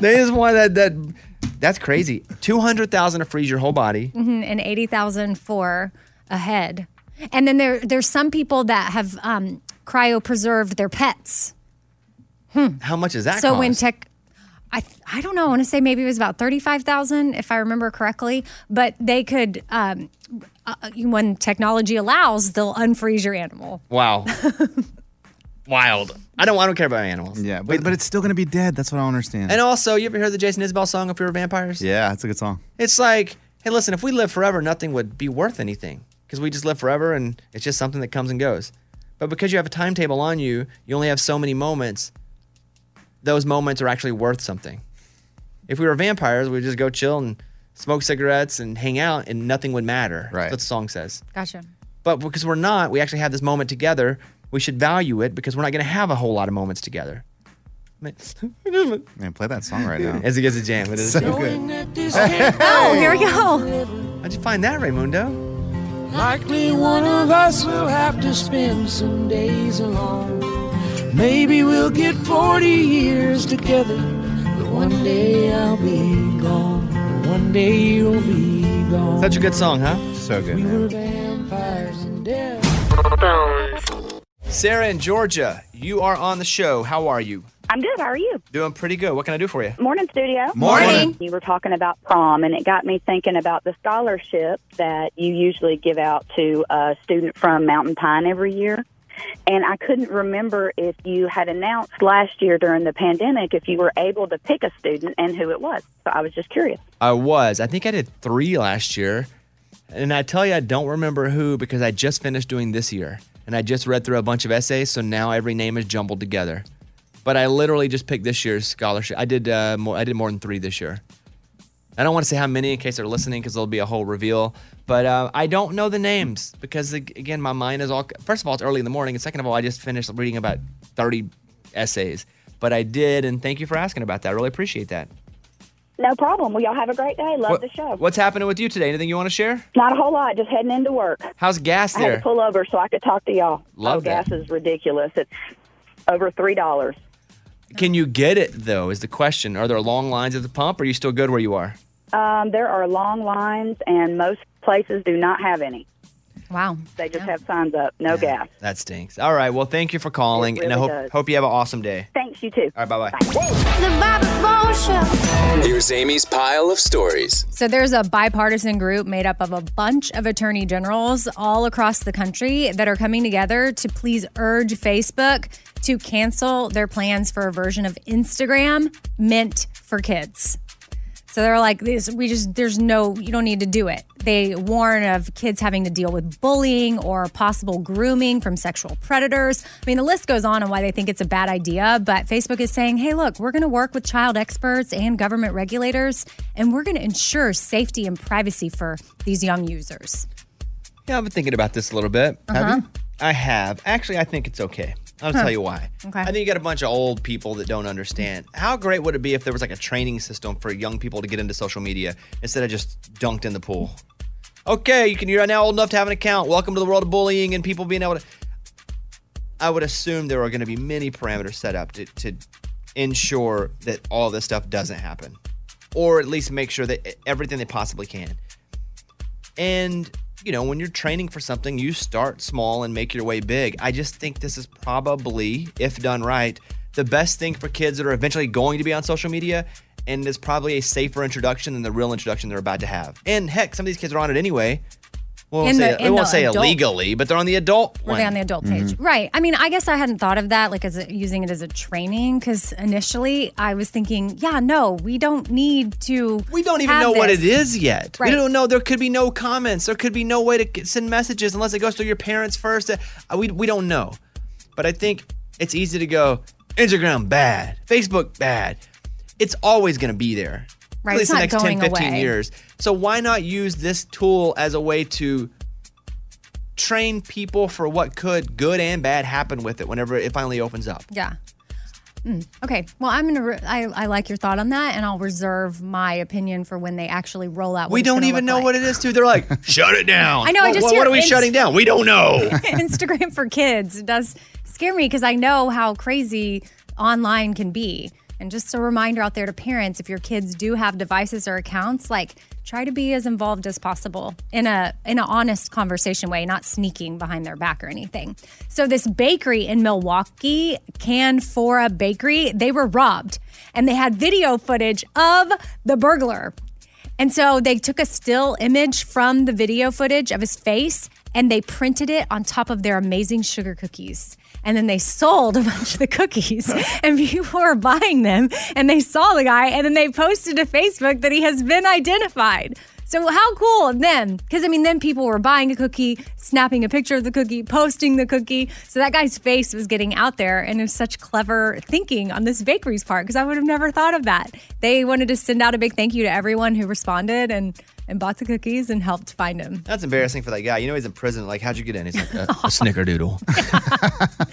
they just want that. That that's crazy. Two hundred thousand to freeze your whole body. Mhm, and 80,000 for a head. And then there, there's some people that have um, cryopreserved their pets. How much is that? so when cost? tech, I th- I don't know. I want to say maybe it was about thirty five thousand, if I remember correctly. But they could, um, uh, uh, when technology allows, they'll unfreeze your animal. [LAUGHS] wow, wild. I don't. I don't care about animals. Yeah, but but it's still gonna be dead. That's what I don't understand. And also, you ever heard the Jason Isbell song "If We Were Vampires"? yeah, that's a good song. It's like, hey, listen, if we live forever, nothing would be worth anything because we just live forever and it's just something that comes and goes. But because you have a timetable on you, you only have so many moments. Those moments are actually worth something. If we were vampires, we'd just go chill and smoke cigarettes and hang out and nothing would matter. Right. That's what the song says. Gotcha. But because we're not, we actually have this moment together. We should value it because we're not going to have a whole lot of moments together. [LAUGHS] Man, play that song right [LAUGHS] now. As it gets a jam, it is so good. Oh, here we go. How'd you find that, Raymundo? Likely one of us will have to spend some days alone. Maybe we'll get 40 years together, but one day I'll be gone. One day you'll be gone. Such a good song, huh? So good. Vampires and death. Sarah in Georgia, you are on the show. How are you? I'm good. How are you? Doing pretty good. What can I do for you? Morning, studio. Morning. Morning. You were talking about prom, and it got me thinking about the scholarship that you usually give out to a student from Mountain Pine every year. And I couldn't remember if you had announced last year during the pandemic if you were able to pick a student and who it was. So I was just curious. I was. I think I did three last year. And I tell you, I don't remember who because I just finished doing this year. And I just read through a bunch of essays, so now every name is jumbled together. But I literally just picked this year's scholarship. I did uh, more. I did more than three this year. I don't want to say how many in case they're listening because there'll be a whole reveal. But uh, I don't know the names because ag- again, my mind is all. First of all, it's early in the morning, and second of all, I just finished reading about thirty essays. But I did, and thank you for asking about that. I really appreciate that. No problem. Well, y'all have a great day. Love What- the show. What's happening with you today? Anything you want to share? Not a whole lot. Just heading into work. How's gas I had there? to pull over so I could talk to y'all. Love oh, that. gas is ridiculous. It's over three dollars. Can you get it though? Is the question. Are there long lines at the pump? Or are you still good where you are? Um, there are long lines, and most places do not have any. Wow. They just have signs up, no gas. That stinks. All right. Well, thank you for calling, and I really hope does. hope you have an awesome day. Thanks, you too. All right. Bye bye. Here's Amy's pile of stories. So there's a bipartisan group made up of a bunch of attorney generals all across the country that are coming together to please urge Facebook to cancel their plans for a version of Instagram meant for kids. So they're like, this, we just, there's no, you don't need to do it. They warn of kids having to deal with bullying or possible grooming from sexual predators. I mean, the list goes on on why they think it's a bad idea, but Facebook is saying, hey, look, we're going to work with child experts and government regulators, and we're going to ensure safety and privacy for these young users. Yeah, I've been thinking about this a little bit. Have Uh-huh. you? I have. Actually, I think it's okay. I'll Huh. tell you why. Okay. I think you got a bunch of old people that don't understand. How great would it be if there was like a training system for young people to get into social media instead of just dunked in the pool? Okay, you can. You're now old enough to have an account. Welcome to the world of bullying and people being able to. I would assume there are going to be many parameters set up to, to ensure that all this stuff doesn't happen, or at least make sure that everything they possibly can. And, you know, when you're training for something, you start small and make your way big. I just think this is probably, if done right, the best thing for kids that are eventually going to be on social media and is probably a safer introduction than the real introduction they're about to have. And heck, some of these kids are on it anyway. Well, In say, the- they in won't the say adult- illegally, but they're on the adult Were one. they on the adult Mm-hmm. page? Right. I mean, I guess I hadn't thought of that, like as a, using it as a training, because initially I was thinking, yeah, no, we don't need to. We don't even know what it is yet. Right. We don't know. There could be no comments. There could be no way to get- send messages unless it goes through your parents first. Uh, We, we don't know. But I think it's easy to go Instagram bad, Facebook bad. It's always going to be there. Right, At it's least the not next going 10, 15 away. years. So why not use this tool as a way to train people for what could good and bad happen with it whenever it finally opens up? Yeah. Mm, okay. Well, I'm gonna. Re- I I like your thought on that, and I'll reserve my opinion for when they actually roll out. what We it's don't gonna even look know what it is, too. They're like, [LAUGHS] shut it down. I know. I Wha- just wha- hear what are we Inst- shutting down? We don't know. [LAUGHS] Instagram for kids It does scare me because I know how crazy online can be. And just a reminder out there to parents: if your kids do have devices or accounts, like try to be as involved as possible in a in an honest conversation way, not sneaking behind their back or anything. So this bakery in Milwaukee, Canfora Bakery, they were robbed, and they had video footage of the burglar. And so they took a still image from the video footage of his face and they printed it on top of their amazing sugar cookies. And then they sold a bunch of the cookies and people were buying them and they saw the guy and then they posted to Facebook that he has been identified. So how cool of them? Because I mean, then people were buying a cookie, snapping a picture of the cookie, posting the cookie. So that guy's face was getting out there, and it was such clever thinking on this bakery's part. Because I would have never thought of that. They wanted to send out a big thank you to everyone who responded and and bought the cookies and helped find him. That's embarrassing for that guy. You know he's in prison. Like, how'd you get in? He's like uh, [LAUGHS] a, a snickerdoodle.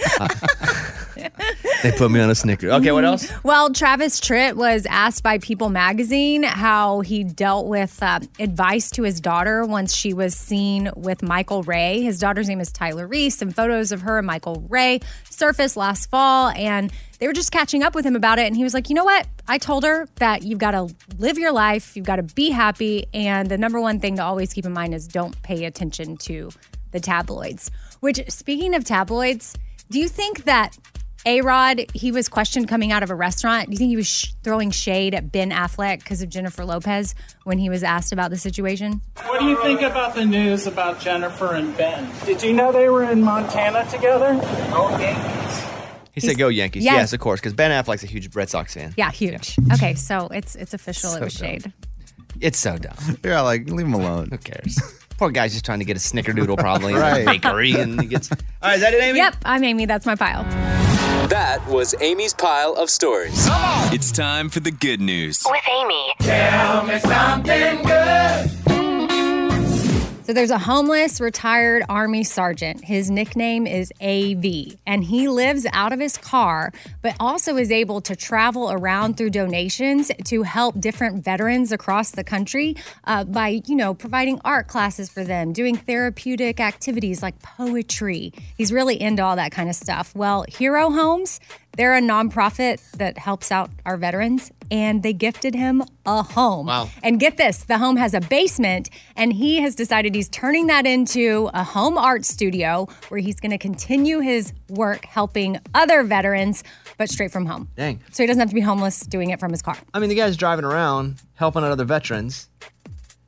they put me on a snicker. Okay, what else? Well, Travis Tritt was asked by People magazine how he dealt with uh, advice to his daughter once she was seen with Michael Ray. His daughter's name is Tyler Reese, and photos of her and Michael Ray surfaced last fall. And they were just catching up with him about it. And he was like, You know what? I told her that you've got to live your life, you've got to be happy. And the number one thing to always keep in mind is don't pay attention to the tabloids. Which, speaking of tabloids, do you think that a Rod, he was questioned coming out of a restaurant. Do you think he was sh- throwing shade at Ben Affleck because of Jennifer Lopez when he was asked about the situation? What do you think about the news about Jennifer and Ben? Did you know they were in Montana together? Oh, He said, "Go Yankees." Yes. Yes, of course, because Ben Affleck's a huge Red Sox fan. Yeah, huge. Okay, so it's it's official. it So was shade. It's so [LAUGHS] dumb. Yeah, like leave him alone. Who cares? Poor guy's just trying to get a snickerdoodle, probably Right. in a bakery, and he gets. All right, is that it, Amy? Yep, I'm Amy. That's my pile. That was Amy's pile of stories. It's time for the good news. With Amy. Tell me something good. So there's a homeless retired Army sergeant. His nickname is AV, and he lives out of his car, but also is able to travel around through donations to help different veterans across the country uh, by, you know, providing art classes for them, doing therapeutic activities like poetry. He's really into all that kind of stuff. Well, Hero Homes, they're a nonprofit that helps out our veterans, and they gifted him a home. Wow. And get this the home has a basement, and he has decided he's turning that into a home art studio where he's going to continue his work helping other veterans, but straight from home. Dang. So he doesn't have to be homeless doing it from his car. I mean, the guy's driving around helping out other veterans,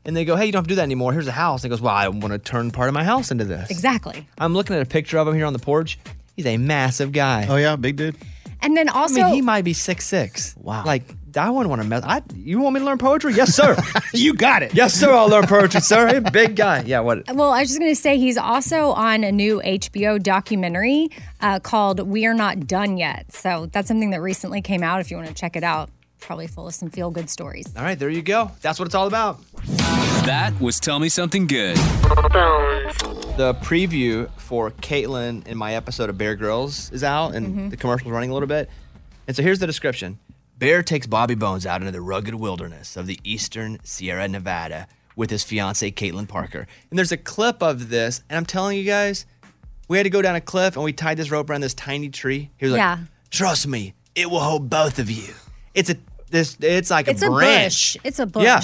and they go, "Hey, you don't have to do that anymore. Here's a house." And he goes, "Well, I want to turn part of my house into this." Exactly. I'm looking at a picture of him here on the porch. He's a massive guy. Oh yeah, big dude. And then also, I mean, he might be six six. Wow. Like I wouldn't want to mess. I you want me to learn poetry? Yes, sir. [LAUGHS] you got it. Yes, sir. I'll learn poetry, sir. Hey, big guy. Yeah. What? Well, I was just going to say he's also on a new HBO documentary uh, called We Are Not Done Yet. So that's something that recently came out. If you want to check it out, probably full of some feel good stories. All right, there you go. That's what it's all about. That was Tell Me Something Good. The preview for Caitlin in my episode of Bear Grylls is out, and Mm-hmm. the commercial's running a little bit. And so here's the description: Bear takes Bobby Bones out into the rugged wilderness of the eastern Sierra Nevada with his fiancee Caitlin Parker. And there's a clip of this, and I'm telling you guys, we had to go down a cliff, and we tied this rope around this tiny tree. He was like, Yeah. "Trust me, it will hold both of you." It's a this. It's like It's a a branch. bush. It's a bush. Yeah.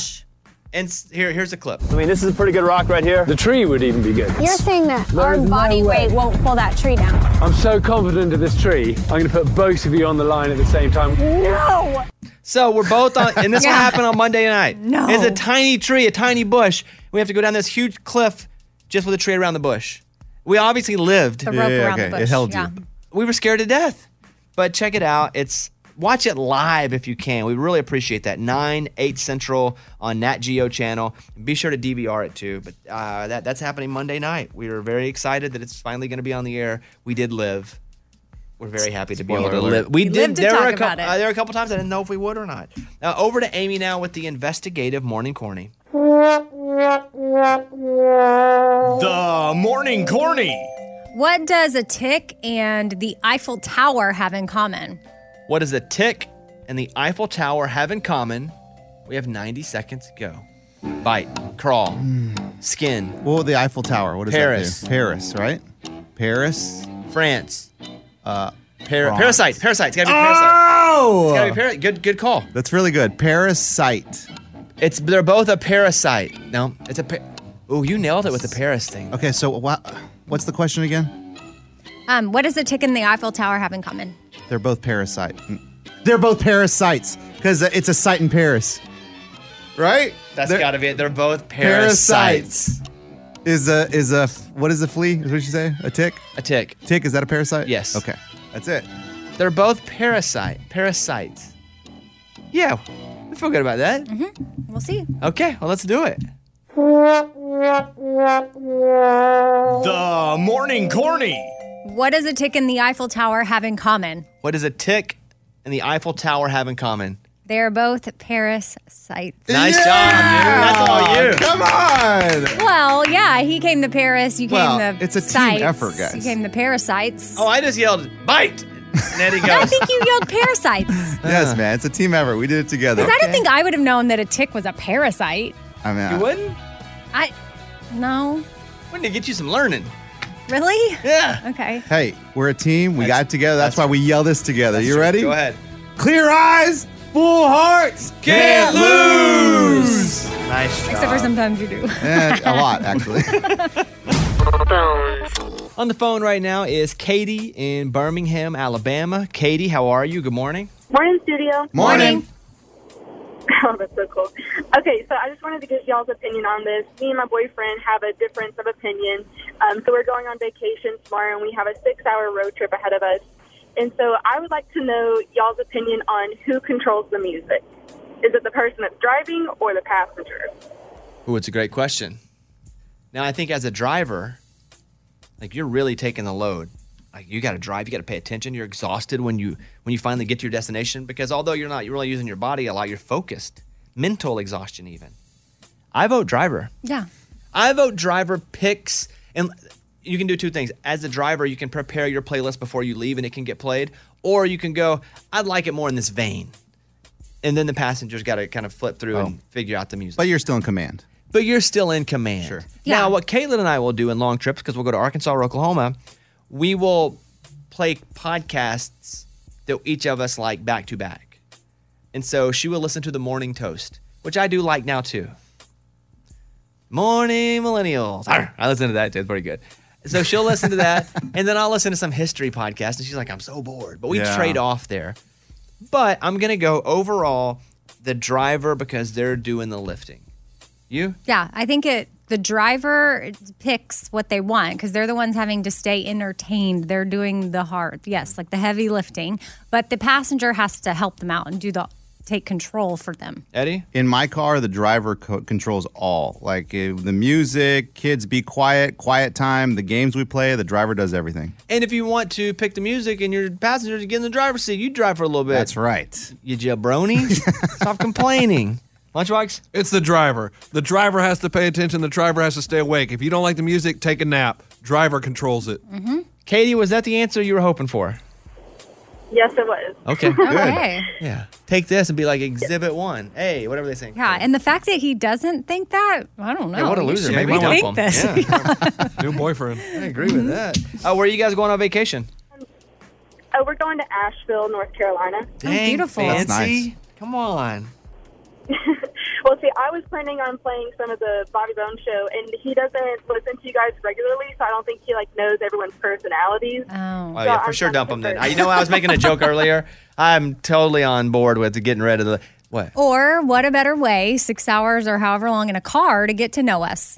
And s- here, here's a clip. I mean, this is a pretty good rock right here. The tree would even be good. You're saying that our is no body way. weight won't pull that tree down? I'm so confident of this tree, I'm going to put both of you on the line at the same time. No! So we're both on, and this will Yeah. happen on Monday night. No. It's a tiny tree, a tiny bush. We have to go down this huge cliff just with a tree around the bush. We obviously lived. The rope Yeah, around the okay. It bush, held you. yeah. We were scared to death. But check it out. It's watch it live if you can. We really appreciate that. 9, 8 Central on Nat Geo channel. Be sure to DVR it too. But uh, that, that's happening Monday night. We are very excited that it's finally going to be on the air. We did live. We're very happy to be able Spoiler to alert. live. We You did. lived to there were talk a couple, about it. uh, there were a couple times I didn't know if we would or not. Now over to Amy now with the investigative morning corny. The morning corny. What does a tick and the Eiffel Tower have in common? What does the tick and the Eiffel Tower have in common? We have 90 seconds to go. Bite, crawl, skin. Well, the Eiffel Tower. What is Paris. that? do? Paris, right? Paris, France, uh, Par- parasite, parasite. It's gotta be Oh! parasite. It's gotta be parasite. Good, good call. That's really good. Parasite. It's they're both a parasite. No, it's a. Pa- oh, you nailed it with the Paris thing. Okay, so what? What's the question again? Um, what does a tick and the Eiffel Tower have in common? They're both parasite. They're both parasites because it's a site in Paris. Right? That's gotta be it. They're both parasites. Is a is a what is a flea? Is what you say? A tick? A tick. Tick is that a parasite? Yes. Okay. That's it. They're both parasite parasites. Yeah, we feel good about that. We'll see. Okay, well let's do it. The morning corny. What does a tick and the Eiffel Tower have in common? What does a tick and the Eiffel Tower have in common? They are both parasites. Nice job, dude. That's all you. Oh, Come on. Well, yeah, he came the Paris, you came Well, the it's a team sites, effort, guys. You came the parasites. Oh, I just yelled bite. And Eddie No, [LAUGHS] I goes. think you yelled [LAUGHS] parasites. Yes, man. It's a team effort. We did it together. Because I didn't think I would have known that a tick was a parasite. I mean, I- wouldn't? I, no. We need to get you some learning. [LAUGHS] Really? Yeah. Okay. Hey, we're a team. We got it together. That's, why we yell this together. You ready? Go ahead. Clear [LAUGHS] eyes, full hearts, can't lose. Nice Except for sometimes you [LAUGHS] do. Eh, a lot, actually. On the phone right now is Katie in Birmingham, Alabama. Katie, how are you? Good morning. Morning, studio. [LAUGHS] Morning. Oh, that's so cool. Okay, so I just wanted to get y'all's opinion on this. Me and my boyfriend have a difference of opinion. Um, so we're going on vacation tomorrow, and we have a six-hour road trip ahead of us. And so I would like to know y'all's opinion on who controls the music. Is it the person that's driving or the passenger? Ooh, it's a great question. Now, I think as a driver, like you're really taking the load. Like you got to drive, you got to pay attention. You're exhausted when you when you finally get to your destination because although you're not you're really using your body a lot, you're focused. Mental exhaustion even. I vote driver. Yeah. I vote driver picks and you can do two things. As a driver, you can prepare your playlist before you leave and it can get played, or you can go, I'd like it more in this vein. And then the passenger's got to kind of flip through and figure out the music. But you're still in command. But you're still in command. Sure. Now, what Caitlin and I will do in long trips, because we'll go to Arkansas or Oklahoma, we will play podcasts that each of us like back to back. And so she will listen to the Morning Toast, which I do like now too. Morning Millennials. Arr, I listen to that too. It's pretty good. So she'll listen to that, and then I'll listen to some history podcast, and she's like, "I'm so bored." But we Yeah. trade off there. But I'm gonna go overall the driver because they're doing the lifting. You? Yeah, I think it. The driver picks what they want because they're the ones having to stay entertained. They're doing the hard, yes, like the heavy lifting, but the passenger has to help them out and do the take control for them. Eddie? In my car, the driver co- controls all. Like eh, the music, kids be quiet, quiet time, the games we play, the driver does everything. And if you want to pick the music and your passenger to get in the driver's seat, you drive for a little bit. That's right. You [LAUGHS] jabroni. Stop complaining. Lunchbox? It's the driver. The driver has to pay attention. The driver has to stay awake. If you don't like the music, take a nap. Driver controls it. Mm-hmm. Katie, was that the answer you were hoping for? Yes, it was. [LAUGHS] Okay. Okay. Good. Yeah. Take this and be like exhibit one. Hey, whatever they sing. Yeah, and the fact that he doesn't think that, I don't know. Hey, what a You loser. should Maybe dump rethink him. this. [LAUGHS] Yeah. New [LAUGHS] boyfriend. I agree with that. Uh, where are you guys going on vacation? Oh, we're going to Asheville, North Carolina. Dang, Fancy. Come on. Well, see, I was planning on playing some of the Bobby Bone show, and he doesn't listen to you guys regularly, so I don't think he like knows everyone's personalities. Uh. [LAUGHS] Oh, yeah, for sure, dump them then. I, you know, I was making a joke earlier. I'm totally on board with getting rid of the what? Or what a better way, six hours or however long in a car to get to know us.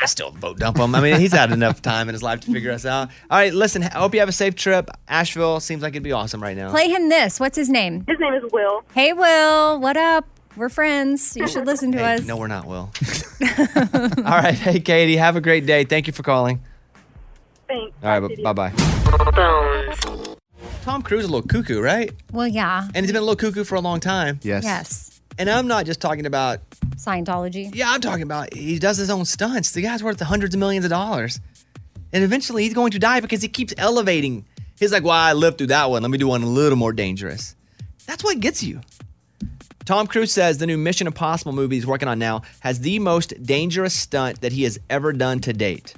I still vote dump him. I mean, he's had enough time in his life to figure us out. All right, listen. I hope you have a safe trip. Asheville seems like it'd be awesome right now. Play him this. What's his name? His name is Will. Hey, Will. What up? We're friends. You should listen to Hey, us. no, we're not. [LAUGHS] Will. [LAUGHS] All right. Hey, Katie. Have a great day. Thank you for calling. Thanks. All right. Bye bye. Tom Cruise is a little cuckoo, right? Well, yeah. And he's been a little cuckoo for a long time. Yes. Yes. And I'm not just talking about Scientology. Yeah, I'm talking about he does his own stunts. The guy's worth hundreds of millions of dollars. And eventually he's going to die because he keeps elevating. He's like, well, I lived through that one. Let me do one a little more dangerous. That's what gets you. Tom Cruise says the new Mission Impossible movie he's working on now has the most dangerous stunt that he has ever done to date.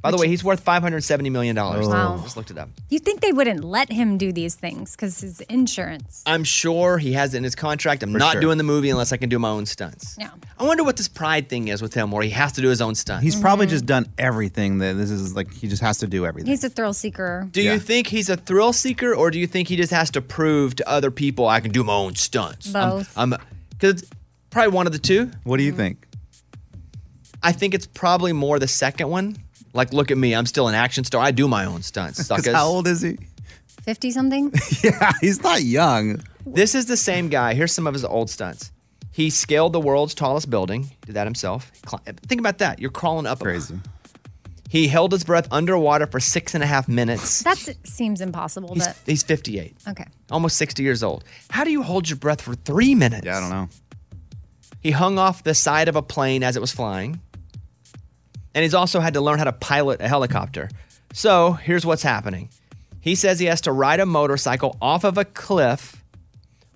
By the way, he's worth $570 million. Wow. Just looked it up. You think they wouldn't let him do these things because his insurance? I'm sure he has it in his contract. I'm For not sure. doing the movie unless I can do my own stunts. Yeah. I wonder what this pride thing is with him where he has to do his own stunts. He's probably just done everything that this is like, he just has to do everything. Mm-hmm. He's a thrill seeker. Do you think he's a thrill seeker, or do you think he just has to prove to other people I can do my own stunts? Both. I'm because probably one of the two. What do you think? I think it's probably more the second one. Like, look at me, I'm still an action star. I do my own [LAUGHS] stunts. 'Cause Suckers. how old is [LAUGHS] he? 50 something? yeah, he's not young. This is the same guy. Here's some of his old stunts. He scaled the world's tallest building. Did that himself. Cli- Think about that. You're crawling up. Crazy. He held his breath underwater for six and a half minutes. That seems impossible, He's, but he's 58. okay. almost 60 years old. How do you hold your breath for three minutes? Yeah, I don't know. He hung off the side of a plane as it was flying. And he's also had to learn how to pilot a helicopter. So here's what's happening he says he has to ride a motorcycle off of a cliff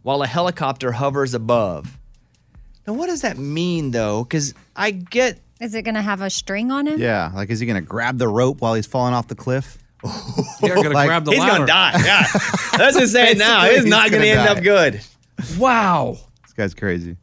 while a helicopter hovers above. Now, what does that mean, though? Because I get. Is it going to have a string on it? Yeah. Like, is he going to grab the rope while he's falling off the cliff? They're gonna Like, grab the he's gonna ladder. die. [LAUGHS] Yeah. Let's just say it now. Basically, It's not he's going to gonna end die. up good. Wow. This guy's crazy.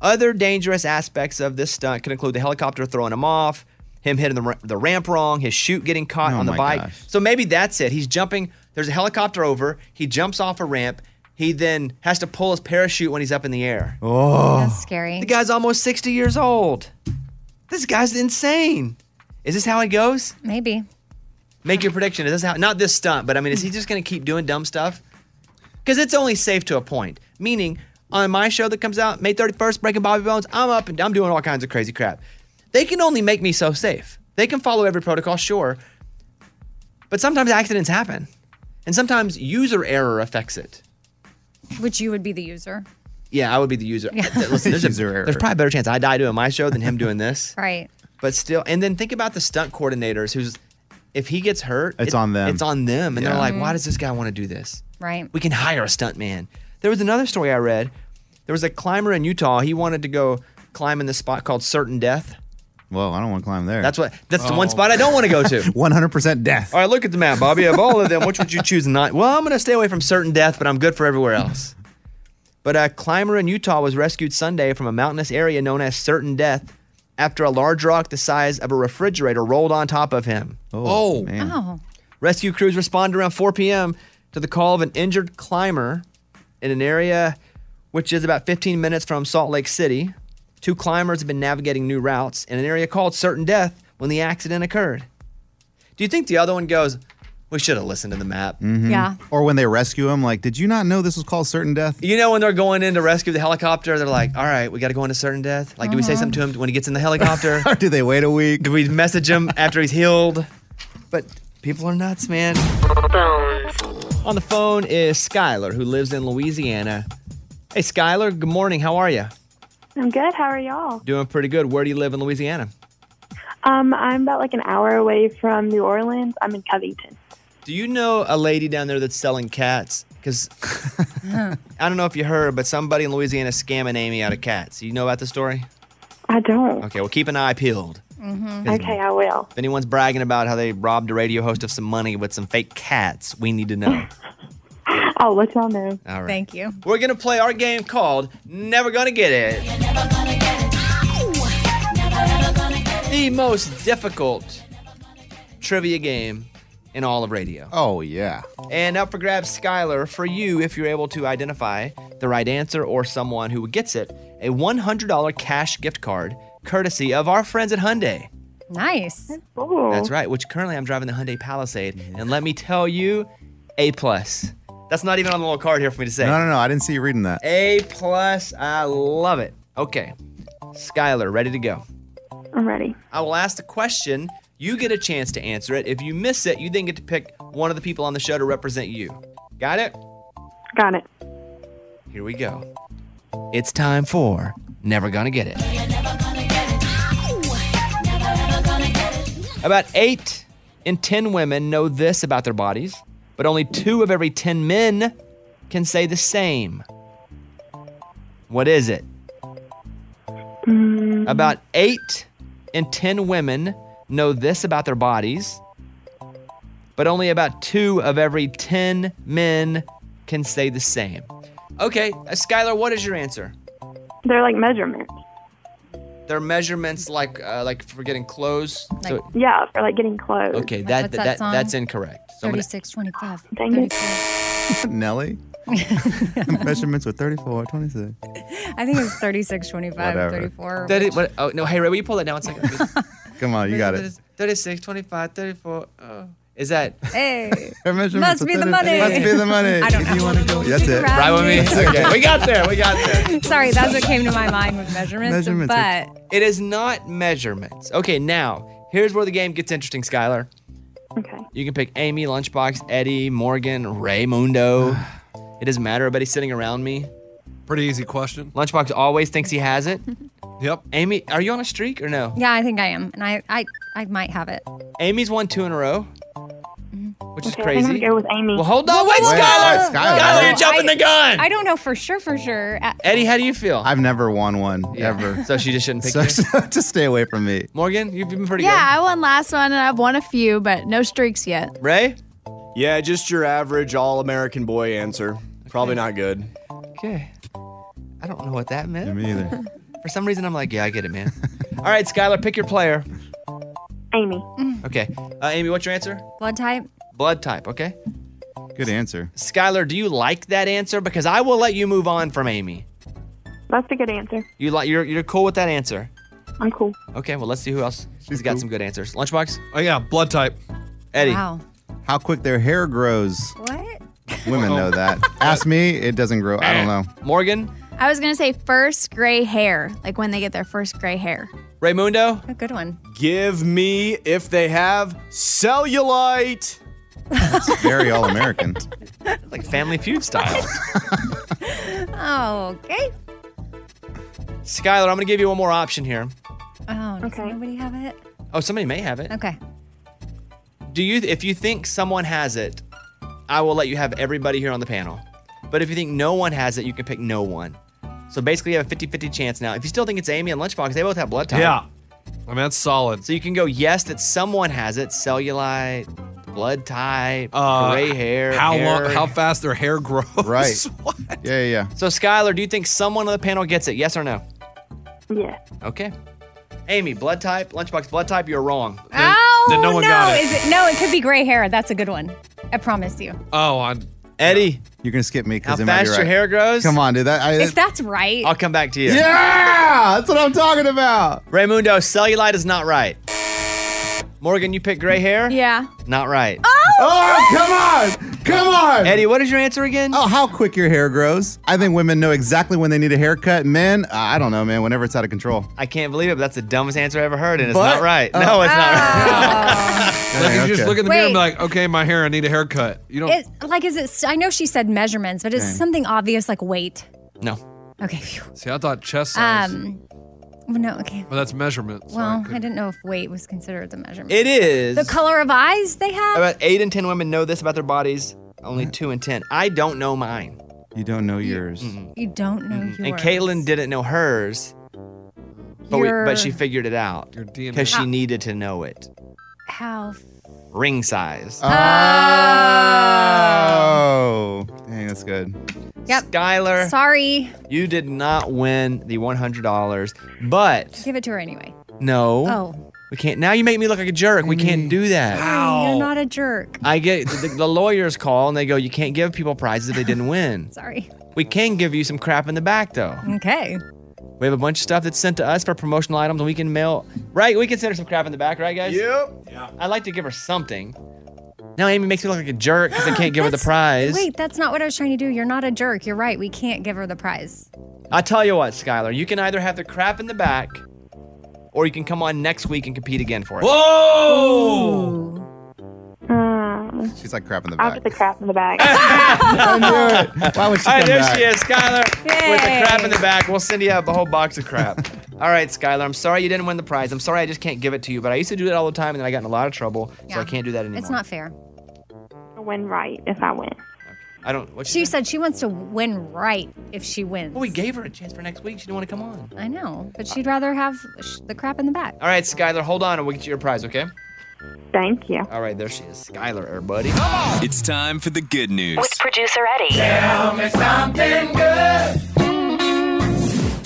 Other dangerous aspects of this stunt can include the helicopter throwing him off, him hitting the, ra- the ramp wrong, his chute getting caught Oh on the my bike. gosh. So maybe that's it. He's jumping. There's a helicopter over. He jumps off a ramp. He then has to pull his parachute when he's up in the air. Oh. That's scary. The guy's almost 60 years old. This guy's insane. Is this how it goes? Maybe. Make your prediction. Is this how? Not this stunt, but I mean, is he just going to keep doing dumb stuff? Because it's only safe to a point. Meaning, on my show that comes out May 31st, Breaking Bobby Bones, I'm up and I'm doing all kinds of crazy crap. They can only make me so safe. They can follow every protocol, sure. But sometimes accidents happen. And sometimes user error affects it. Which you would be the user. Yeah, I would be the user. Yeah. Listen, there's, a- User error. there's probably a better chance I die doing my show than him doing this. Right. But still, and then think about the stunt coordinators who's, if he gets hurt, It's on them. It's on them. And Yeah. they're like, why Mhm. does this guy want to do this? Right. We can hire a stunt man. There was another story I read. There was a climber in Utah. He wanted to go climb in this spot called Certain Death. Whoa, I don't want to climb there. That's what. That's Oh. the one spot I don't want to [LAUGHS] go to. 100% death. All right, look at the map, Bobby. Of all of them, which would you choose not? Well, I'm going to stay away from certain death, but I'm good for everywhere else. But a climber in Utah was rescued Sunday from a mountainous area known as Certain Death after a large rock the size of a refrigerator rolled on top of him. Oh, Oh. Rescue crews responded around 4 p.m. to the call of an injured climber in an area which is about 15 minutes from Salt Lake City. Two climbers have been navigating new routes in an area called Certain Death when the accident occurred. Do you think the other one goes, we should have listened to the map? Mhm. Yeah. Or when they rescue him, like, did you not know this was called certain death? You know, when they're going in to rescue the helicopter, they're like, all right, we got to go into certain death. Like, do we say Uh-huh. something to him when he gets in the helicopter? [LAUGHS] [LAUGHS] Or do they wait a week? do we message him after he's healed? But people are nuts, man. On the phone is Skylar, who lives in Louisiana. Hey, Skylar, good morning. How are you? I'm good. How are y'all? Doing pretty good. Where do you live in Louisiana? Um, I'm about like an hour away from New Orleans. I'm in Covington. Do you know a lady down there that's selling cats? [LAUGHS] Because I don't know if you heard, but somebody in Louisiana is scamming Amy out of cats. You know about the story? I don't. Okay, well, keep an eye peeled. Mm-hmm. Okay, I will. If anyone's [LAUGHS] bragging about how they robbed a radio host of some money with some fake cats, we need to know. I'll Oh, let y'all know. All right. Thank you. We're going to play our game called Never Gonna Get It. The most difficult trivia game in all of radio. Oh, yeah. And up for grabs, Skylar, for you, if you're able to identify the right answer or someone who gets it, a $100 cash gift card courtesy of our friends at Hyundai. Nice. That's right, which currently I'm driving the Hyundai Palisade. And let me tell you, A plus. That's not even on the little card here for me to say. No, no, no. I didn't see you reading that. A plus. I love it. Okay. Skylar, ready to go. I'm ready. I will ask the question. You get a chance to answer it. If you miss it, you then get to pick one of the people on the show to represent you. Got it? Got it. Here we go. It's time for Never Gonna Get It. About eight in 10 women know this about their bodies, but only two of every 10 men can say the same. What is it? Mm. About eight in 10 women know this about their bodies, but only about two of every 10 men can say the same. Okay, uh, Skylar, what is your answer? They're like measurements. Their measurements, like uh, like for getting clothes. So- Yeah, for like getting clothes. okay, that, that, What's that that song? that's incorrect. So I'm gonna- 36, 25. Dang it. Nelly? [LAUGHS] Measurements were 34, 26. I think it's 36, 25, Whatever. 34. That is, what, oh, no, hey, Ray, will you pull that down one second? [LAUGHS] Come on, you got [LAUGHS] it. 36, 25, 34. Oh. Is that? Hey. Measurements Must were be the 30. money. Must be the money. I don't If you want to go. That's it. Right with me? Okay, we got there. We got [LAUGHS] there. Sorry, that's what came to my mind with measurements. but It is not measurements. Okay, now here's where the game gets interesting, Skylar. Okay. You can pick Amy, Lunchbox, Eddie, Morgan, Ray, Mundo. it doesn't matter. Everybody's sitting around me. Pretty easy question. Lunchbox always thinks he has it. yep. Amy, are you on a streak or no? yeah, I think I am. And I, I, I might have it. Amy's won two in a row, which is Okay, I think I'm crazy. gonna go with Amy. Well, hold on. Wait, Whoa, whoa, Skylar. whoa, Skylar, whoa. you're jumping I- the gun. I don't know for sure, for sure. Uh, Eddie, how do you feel? I've never won one, ever. [LAUGHS] So she just shouldn't pick so, [LAUGHS] Just stay away from me. Morgan, you've been pretty yeah, I won last one and I've won a few, but no streaks yet. Ray? Yeah, just your average all American boy answer. Probably not good. Okay. I don't know what that meant. Me either. For some reason, I'm like, yeah, I get it, man. [LAUGHS] All right, Skylar, pick your player. Amy. Okay. Uh, Amy, what's your answer? Blood type. Blood type, okay? Good answer. Skylar, do you like that answer? Because I will let you move on from Amy. That's a good answer. You like you're you're cool with that answer. I'm cool. Okay, well let's see who else She's got some good answers. Lunchbox? Oh yeah, blood type. Eddie. Wow. How quick their hair grows. What? Women know [LAUGHS] that. Ask me, it doesn't grow. I don't know. Morgan? I was gonna say first gray hair, like when they get their first gray hair. Raymundo? A good one. Give me if they have cellulite. It's very all American. like Family Feud [LAUGHS] style. Okay. Oh, Skylar, I'm gonna give you one more option here. Oh, does nobody have it? Oh, somebody may have it. Okay. Do you if you think someone has it, I will let you have everybody here on the panel. But if you think no one has it, you can pick no one. So basically you have a 50-50 chance now. If you still think it's Amy and Lunchbox, they both have blood type. Yeah. I mean that's solid. So you can go yes that someone has it, cellulite, blood type, Uh, gray hair. How long? hair. How fast their hair grows? [LAUGHS] Right. Yeah, yeah. So Skylar, do you think someone on the panel gets it? Yes or no? Yeah. Okay. Amy, blood type, lunchbox, blood type. You're wrong. Ah. Oh, then no one got it. Is it. No, it could be gray hair. That's a good one. I promise you. Oh, I. Eddie, you're gonna skip me How because it might be fast your right. hair grows? Come on, dude. That I, If that's right. I'll come back to you. yeah, that's what I'm talking about. Raymundo, cellulite is not right. Morgan, you pick gray hair? Yeah. Not right. Oh, come on, come on, Eddie. What is your answer again? Oh, how quick your hair grows. I think women know exactly when they need a haircut. Men, I don't know, man. Whenever it's out of control. I can't believe it, but that's the dumbest answer I ever heard, and it's But- not right. oh. no, it's not right. [LAUGHS] Oh. Like, you just okay. look in the Wait. mirror and be like, okay, my hair, I need a haircut. You don't. [LAUGHS] It, like, is it? I know she said measurements, but is Dang. something obvious like weight? no. Okay. See, I thought chest size. Um. No. Okay. well, that's measurement. so I Well, could- I didn't know if weight was considered the measurement. It is. Uh, The color of eyes they have. About eight in ten women know this about their bodies. Only two in ten. I don't know mine. You don't know yours. Oh, You don't know yours. mm-hmm. And Caitlin didn't know hers, but we, Your- but she figured it out because she needed to know it. How Oh. Ah. Ring size. Oh. think that's good. Yep. Skylar. Oh. Sorry. You did not win the $100, but Give it to her anyway. no. Oh. We can't. Now you make me look like a jerk. We can't do that. You're not a jerk. I get the, the lawyers call and they go, you can't give people prizes if they didn't win. Sorry. We can give you some crap in the back though. Okay. We have a bunch of stuff that's sent to us for promotional items, and we can mail. Right, we can send her some crap in the back, right, guys? Yep. Yeah. I'd like to give her something. Now Amy makes me look like a jerk because I can't give her the prize. Wait, [GASPS] that's not what I was trying to do. You're not a jerk. You're right. We can't give her the prize. I tell you what, Skylar, you can either have the crap in the back, or you can come on next week and compete again for it. Whoa! Mm. She's like crap in the I'll back. get the crap in the [LAUGHS] back. [LAUGHS] Why would she All right, come there back? she is, Skylar, with Yay. the crap in the back. We'll send you up a whole box of [LAUGHS] crap. all right, Skylar, I'm sorry you didn't win the prize. I'm sorry I just can't give it to you, but I used to do it all the time, and then I got in a lot of trouble, so I can't do that anymore. It's not fair. win right if I win. I don't. What She said she wants to win right if she wins. Well, we gave her a chance for next week. She didn't want to come on. I know, but she'd rather have sh- the crap in the back. All right, Skylar, hold on and we'll get you your prize, okay? Thank you. All right, there she is. Skylar, er, everybody. It's time for the good news. With producer Eddie. Tell me something good.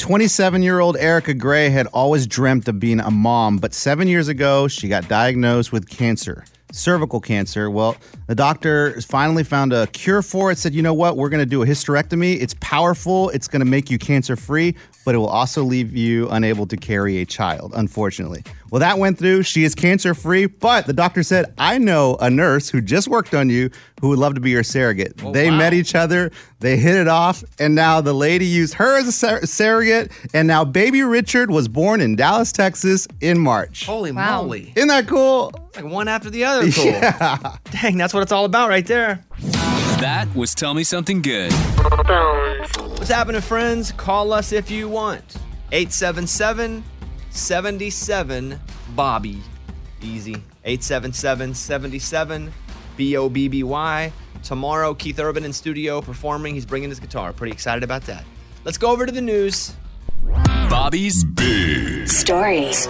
27 year old Erica Gray had always dreamt of being a mom, but seven years ago, she got diagnosed with cancer, cervical cancer. Well, the doctor finally found a cure for it, said, you know what, we're going to do a hysterectomy. It's powerful, it's going to make you cancer free, but it will also leave you unable to carry a child, unfortunately. Well, that went through. She is cancer free, but the doctor said, I know a nurse who just worked on you who would love to be your surrogate. Oh, they met each other, they hit it off, and now the lady used her as a sur- surrogate, and now baby Richard was born in Dallas, Texas in March. Holy Wow. moly. Isn't that cool? Like one after the other. Cool. Yeah. Dang, that's what it's all about right there. That was Tell Me Something Good. What's happening, friends? Call us if you want. 877 77 Bobby. Easy. 877 77 B O B B Y. Tomorrow, Keith Urban in studio performing. He's bringing his guitar. Pretty excited about that. Let's go over to the news. Bobby's Big Stories.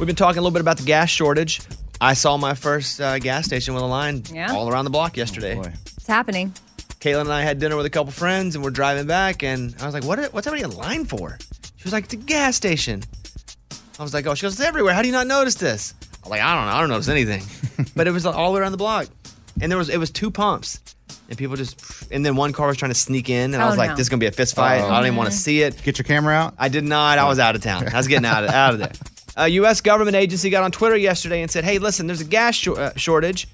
We've been talking a little bit about the gas shortage. I saw my first uh, gas station with a line Yeah. all around the block yesterday. It's happening. Caitlin and I had dinner with a couple friends, and we're driving back, and I was like, "What? What's everybody in line for?" She was like, "The gas station." I was like, "Oh," she goes, "It's everywhere. How do you not notice this?" I'm like, "I don't know. I don't notice anything," but it was all the way around the block, and there was it was two pumps, and people just, and then one car was trying to sneak in, and I Oh, was like, no. Mm-hmm. "This is gonna be a fist fight. I don't even want to see it." Get your camera out. I did not. I was out of town. I was getting out of, out of there. A U.S. government agency got on Twitter yesterday and said, "Hey, listen, there's a gas shor- uh, shortage,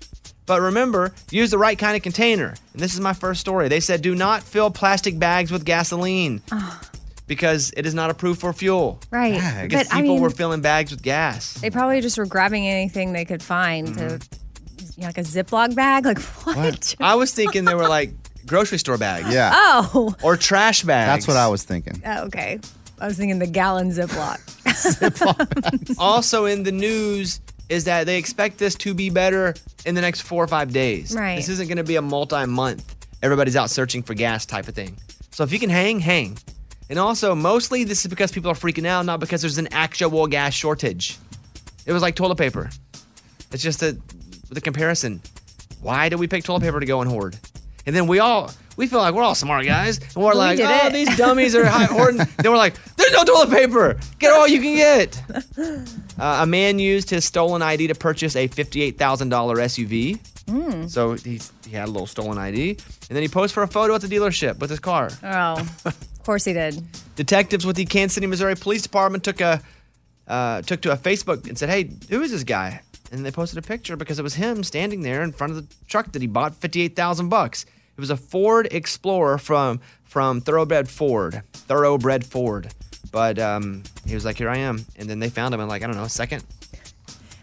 but remember, use the right kind of container." And this is my first story. They said, "Do not fill plastic bags with gasoline because it is not approved for fuel." Right. Because But, I people were mean- filling bags with gas. They probably just were grabbing anything they could find to, you know, like a Ziploc bag. Like, [LAUGHS] what? I was thinking they were like grocery store bags. Yeah. Oh. Or trash bags. That's what I was thinking. Oh, Okay. I was thinking the gallon Ziploc. also in the news is that they expect this to be better in the next four or five days. Right. This isn't going to be a multi-month. Everybody's out searching for gas type of thing. So if you can hang, hang. And also, mostly this is because people are freaking out, not because there's an actual gas shortage. It was like toilet paper. It's just a the comparison. Why did we pick toilet paper to go and hoard? And then we all we feel like we're all smart guys, and we're We like, did oh, it." these dummies [LAUGHS] are high hoarding. then we're like, there's no toilet paper. Get all you can get. [LAUGHS] Uh, a man used his stolen ID to purchase a $58,000 SUV. Hmm. Mm. So he, he had a little stolen ID. And then he posed for a photo at the dealership with his car. Oh, of course he did. Detectives with the Kansas City, Missouri Police Department took a uh, took to a Facebook and said, "Hey, who is this guy?" And they posted a picture because it was him standing there in front of the truck that he bought fifty eight thousand bucks. It was a Ford Explorer from from Thoroughbred Ford, Thoroughbred Ford. But um, he was like, "Here I am," and then they found him in like I don't know a second.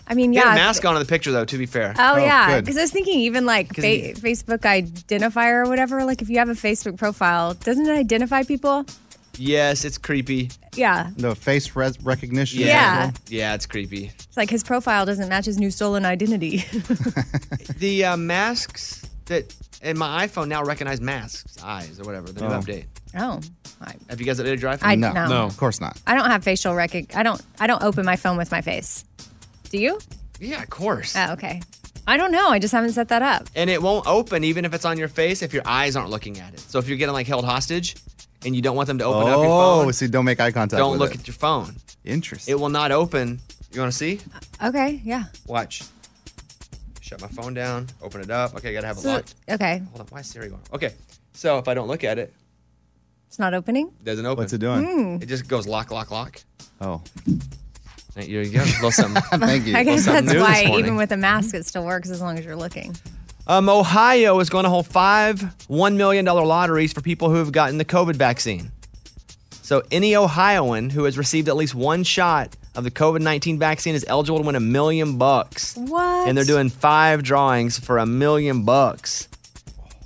I mean, He yeah. had a mask on in the picture though. To be fair. Oh, yeah, because I was thinking even like 'Cause fa- he- Facebook identifier or whatever. Like if you have a Facebook profile, doesn't it identify people? yes, it's creepy. Yeah, The face res- recognition. Yeah. Yeah, it's creepy. it's like his profile doesn't match his new stolen identity. [LAUGHS] the uh, masks that and my iPhone now recognize masks, eyes, or whatever. The new Oh. update. oh, Have you guys updated your iPhone? I- No. no. No, of course not. I don't have facial recog. I don't. I don't open my phone with my face. Do you? Yeah, of course. Oh, okay. I don't know. I just haven't set that up. and it won't open even if it's on your face if your eyes aren't looking at it. So if you're getting like held hostage and you don't want them to open up your oh, phone, see, don't make eye contact. don't with look it. at your phone. Interesting. It will not open. You want to see? Okay, yeah. Watch. Shut my phone down. Open it up. Okay, gotta have it So- locked. okay, Hold on. Why is Siri going? Okay. So if I don't look at it, it's not opening. it doesn't open. What's it doing? Mm. It just goes lock, lock, lock. [LAUGHS] Oh. There you go. Little something. Thank I guess that's why, even with a mask, it still works as long as you're looking. Um, Ohio is going to hold five $1 million lotteries for people who have gotten the COVID vaccine. So, any Ohioan who has received at least one shot of the COVID 19 vaccine is eligible to win a million bucks. What? And they're doing five drawings for a million bucks.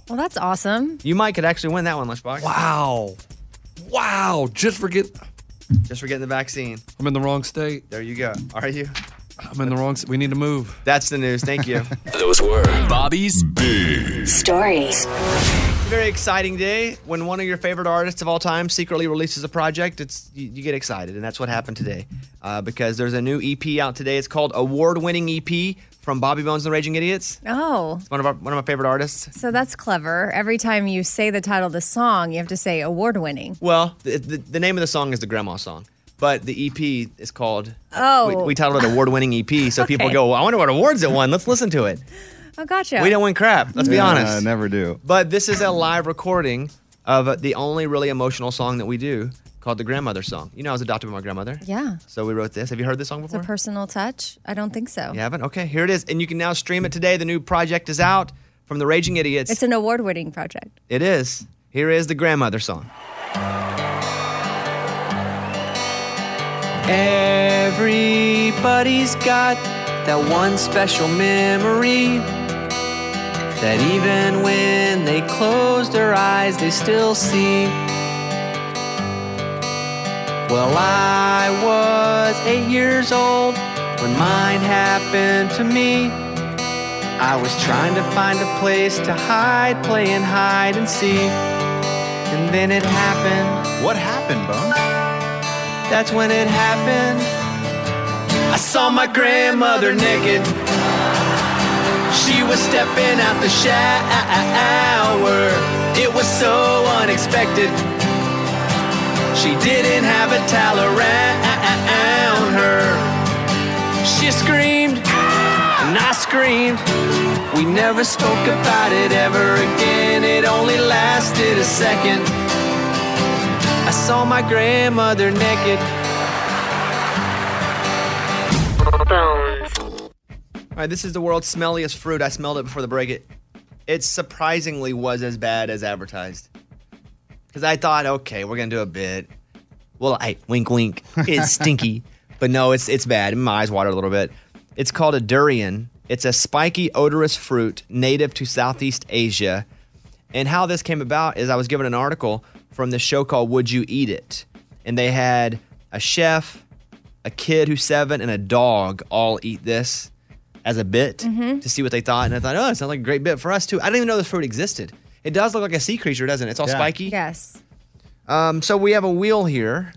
Well, that's awesome. You might could actually win that one, Lunchbox. Wow. Wow. Just for, get, just for getting the vaccine. I'm in the wrong state. There you go. Are you? I'm in the wrong state. We need to move. That's the news. Thank you. Those were Bobby's Big Stories. Very exciting day when one of your favorite artists of all time secretly releases a project. It's you, you get excited, and that's what happened today uh, because there's a new EP out today. It's called Award-winning EP from Bobby Bones and the Raging Idiots. Oh, It's one of our one of my favorite artists. so that's clever. Every time you say the title of the song, you have to say award winning. Well, the, the, the name of the song is the Grandma Song, but the EP is called. Oh. We, we titled it Award-winning EP, so people Okay. go, well, "I wonder what awards it won." Let's listen to it. Oh, gotcha. We don't win crap. Let's be Yeah, honest. I never do. But this is a live recording of the only really emotional song that we do called the grandmother song. You know, I was adopted by my grandmother. Yeah. So we wrote this. Have you heard this song It's a before? personal touch. I don't think so. you haven't? Okay, here it is. And you can now stream it today. The new project is out from the Raging Idiots. It's an award winning project. it is. Here is the grandmother song. Everybody's got that one special memory that even when they close their eyes, they still see. Well, I was eight years old when mine happened to me. I was trying to find a place to hide, playing hide and seek. And then it happened. What happened, Bones? That's when it happened. I saw my grandmother naked. She was stepping out the shower. It was so unexpected. She didn't have a towel around her. She screamed, and I screamed. We never spoke about it ever again. It only lasted a second. I saw my grandmother naked. All right, this is the world's smelliest fruit. I smelled it before the break. It, it surprisingly was as bad as advertised. Because I thought, okay, we're gonna do a bit. Well, I wink, wink. It's stinky, but no, it's it's bad. My eyes water a little bit. It's called a durian. It's a spiky, odorous fruit native to Southeast Asia. And how this came about is I was given an article from this show called "Would You Eat It," and they had a chef, a kid who's seven, and a dog all eat this as a bit to see what they thought. And I thought, oh, it sounds like a great bit for us too. I didn't even know this fruit existed. It does look like a sea creature, doesn't it? It's all spiky. Yes. Um, so we have a wheel here.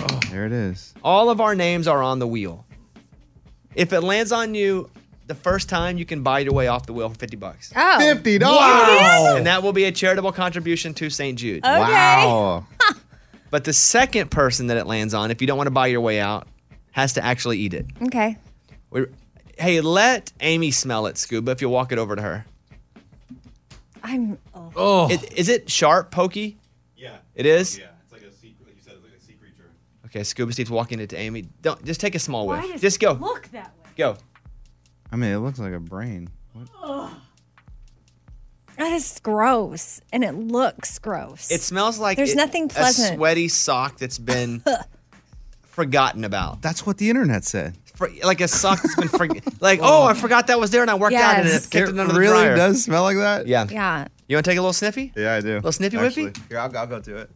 Oh, there it is. All of our names are on the wheel. If it lands on you the first time, you can buy your way off the wheel for fifty bucks. Oh. $50. Oh. And that will be a charitable contribution to St. Jude. Okay. Wow. but the second person that it lands on, if you don't want to buy your way out, has to actually eat it. Oh, Okay. We- hey, let Amy smell it, Scuba, if you walk it over to her. I'm. Oh. Is, it sharp, pokey? Yeah. It is? Yeah. Okay, Scuba Steve's walking it to Amy. Don't just take a small whiff. just go. Look that way. Go. I mean, it looks like a brain. Ugh. That is gross, and it looks gross. It smells like There's it- nothing A pleasant. sweaty sock that's been [LAUGHS] forgotten about. That's what the internet said. For, like a sock that's [LAUGHS] been forg like, oh, I forgot that was there and I worked out in it. Yes. Kicked it It under the really dryer. does smell like that. Yeah. yeah. You want to take a little sniffy? Yeah, I do. little sniffy Actually. whiffy? Here, I'll, I'll go to it.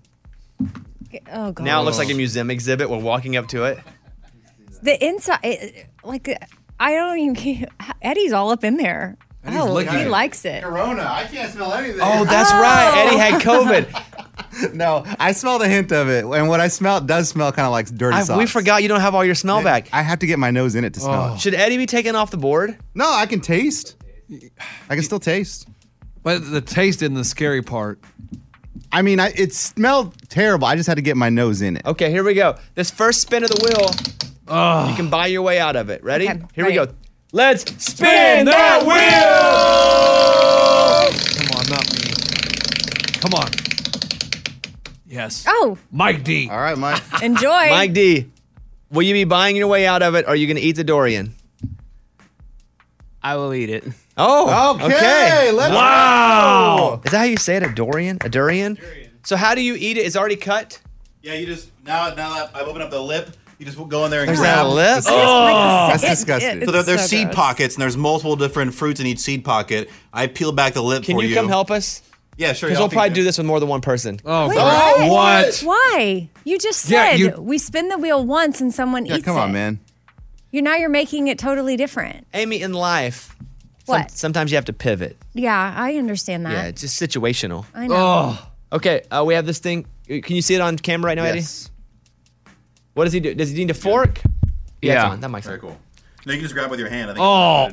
Oh god. Now it looks like a museum exhibit. We're walking up to it. the inside. It, like I don't even. Can't, Eddie's all up in there. Eddie's oh, licking he it. likes it. Oh, Corona. I can't smell anything. Oh, that's right. Eddie had Oh. [LAUGHS] COVID. no, I smell the hint of it, and what I smell does smell kind of like dirty I- we socks. forgot you don't have all your smell back. I have to get my nose in it to smell. it. Should Eddie be taken off the board? No, I can taste. I can still taste. But the taste isn't the scary part. I mean, I, it smelled terrible. I just had to get my nose in it. Okay, here we go. This first spin of the wheel, you can buy your way out of it. Ready? Okay, here we go. Let's spin Spin that that wheel. Come on, not me. Come on. Yes. Oh. Mike D. All right, Mike. Enjoy. Mike D, will you be buying your way out of it or are you going to eat the Dorian? I will eat it. Oh, Okay, let's wow. go. Is that how you say it? A Dorian? A Durian? So, how do you eat it? It's already cut. Yeah, you just now now that I've opened up the lip. You just go in there and There's grab that lip? Disgusting. Oh. That's disgusting. It- it- so there, there's it's so seed gross. pockets, and there's multiple different fruits in each seed pocket. I peel back the lip Can for you you. come help us? Yeah, sure. Because I'll we'll feed probably you. do this with more than one person. Oh, Why? What? Why? You just Yeah, said you- we spin the wheel once and someone eats it. man. You now you're making it totally different. Amy, in life, some- What? sometimes you have to pivot. Yeah, I understand that. Yeah, it's just situational. I know. Oh. Okay, uh, we have this thing. Can you see it on camera right now, Eddie? What does he do? Does he need a fork? Yeah, it's Yeah. on. that mic's Very cool. No, you can just grab with your hand. I think Oh,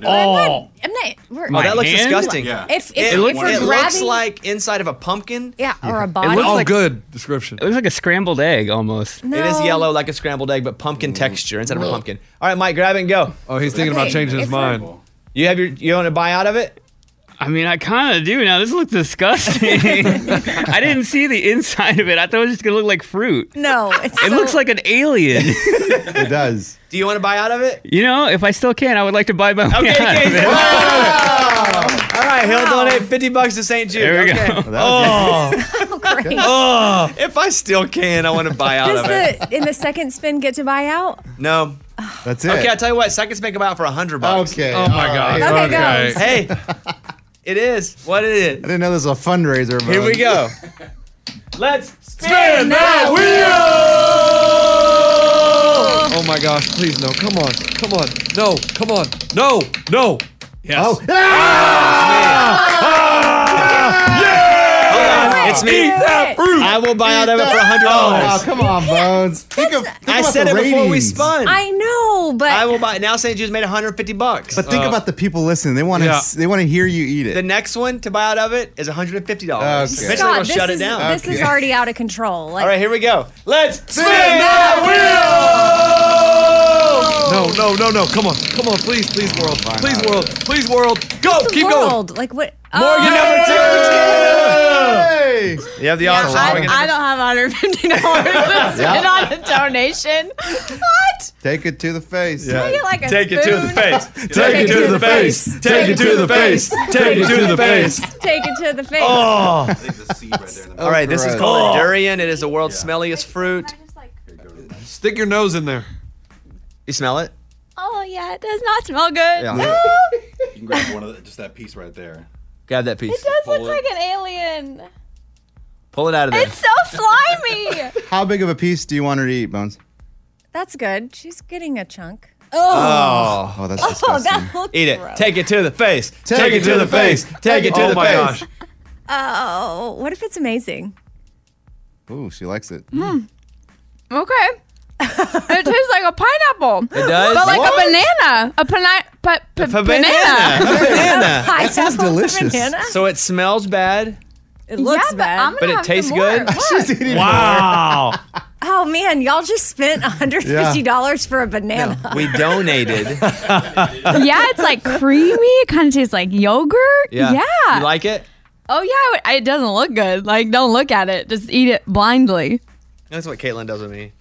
oh. I'm not. We're, Oh, that looks disgusting. Yeah. If, if, it, if looks, we're it grabbing, looks like inside of a pumpkin. yeah, or a body. good description. It looks like a scrambled egg almost. It is No. yellow like a scrambled egg, but pumpkin Mm. texture instead of a pumpkin. All right, Mike, grab it and go. Oh, he's thinking about Okay, changing his if we're- mind. You have your. You want to buy out of it? I mean, I kind of do now. This looks disgusting. [LAUGHS] I didn't see the inside of it. I thought it was just gonna look like fruit. No, it's It so- looks like an alien. it [LAUGHS] does. Do you want to buy out of it? You know, if I still can, I would like to buy my. [LAUGHS] Okay, way out of okay. it. All right, he'll donate fifty bucks to St. Jude. There we okay. [LAUGHS] go. Oh, [LAUGHS] great. [LAUGHS] oh, if I still can, I want to buy out Does of it. the in the second spin get to buy out? No. That's it. Okay, I'll tell you what. Seconds make about for a hundred bucks. Okay. Oh, my God. Okay, Okay. guys. Hey, it is what it is. I didn't know this was a fundraiser. Here but- we go. Let's Spin that wheel! Oh my gosh, please no. Come on. Come on. No. Come on. No. No. Yes. [LAUGHS] Oh. Ah! It's me. I will buy out of it for a hundred Oh, dollars. come on, Bones. Think of, think I about said the it before we ratings. spun. I know, but I will buy. Now St. Jude's made 150 bucks. But think about the people listening. They want to. Uh, Yeah. They want to hear you eat it. the next one to buy out of it is 150 dollars. Okay. Eventually, God, we'll this shut is, it down. This is already out of [LAUGHS] control. Like, All right, here we go. Let's spin that No, no, no, no. Come on. Come on. Please, please, world. Please, world. Please, world. Go. the Keep world. Like what? Morgan, oh, number going. You have the option. I, Morgan. I don't have 150 dollars to spend Yeah. on a donation. What? Take it to the face. I get like a Take it to the spoon? face. Take it to the face. Take it to the face. Take it to the face. Take it to the face. Oh. All right, Oh, this is gross. called a Oh. durian. It is the world's smelliest fruit. Stick your nose in there. You smell it? Oh yeah, it does not smell good. Yeah. No, You can grab one of the, just that piece right there. Grab that it piece. does Pull look like an alien. Pull it out of there. It's so slimy. How big of a piece do you want her to eat, Bones? That's good. She's getting a chunk. Oh. Oh, that's oh that looks Eat it. Take it to the face. [LAUGHS] Take it to the face. Take it to Oh the my face. gosh. [LAUGHS] Oh, what if it's amazing? Ooh, she likes it. Hmm. [LAUGHS] Okay. [LAUGHS] it tastes like a pineapple. It does? But like What? a banana. A pana- pa- pa- A banana. banana. [LAUGHS] A banana. That sounds delicious. banana? So it smells bad, It looks bad. I'm but it tastes good. [LAUGHS] Wow. Oh man, y'all just spent $150 for a banana. we donated. yeah, it's like creamy. It kind of tastes like yogurt. You like it? oh yeah, I would- it doesn't look good. Like don't look at it. Just eat it blindly. That's what Caitlin does with me.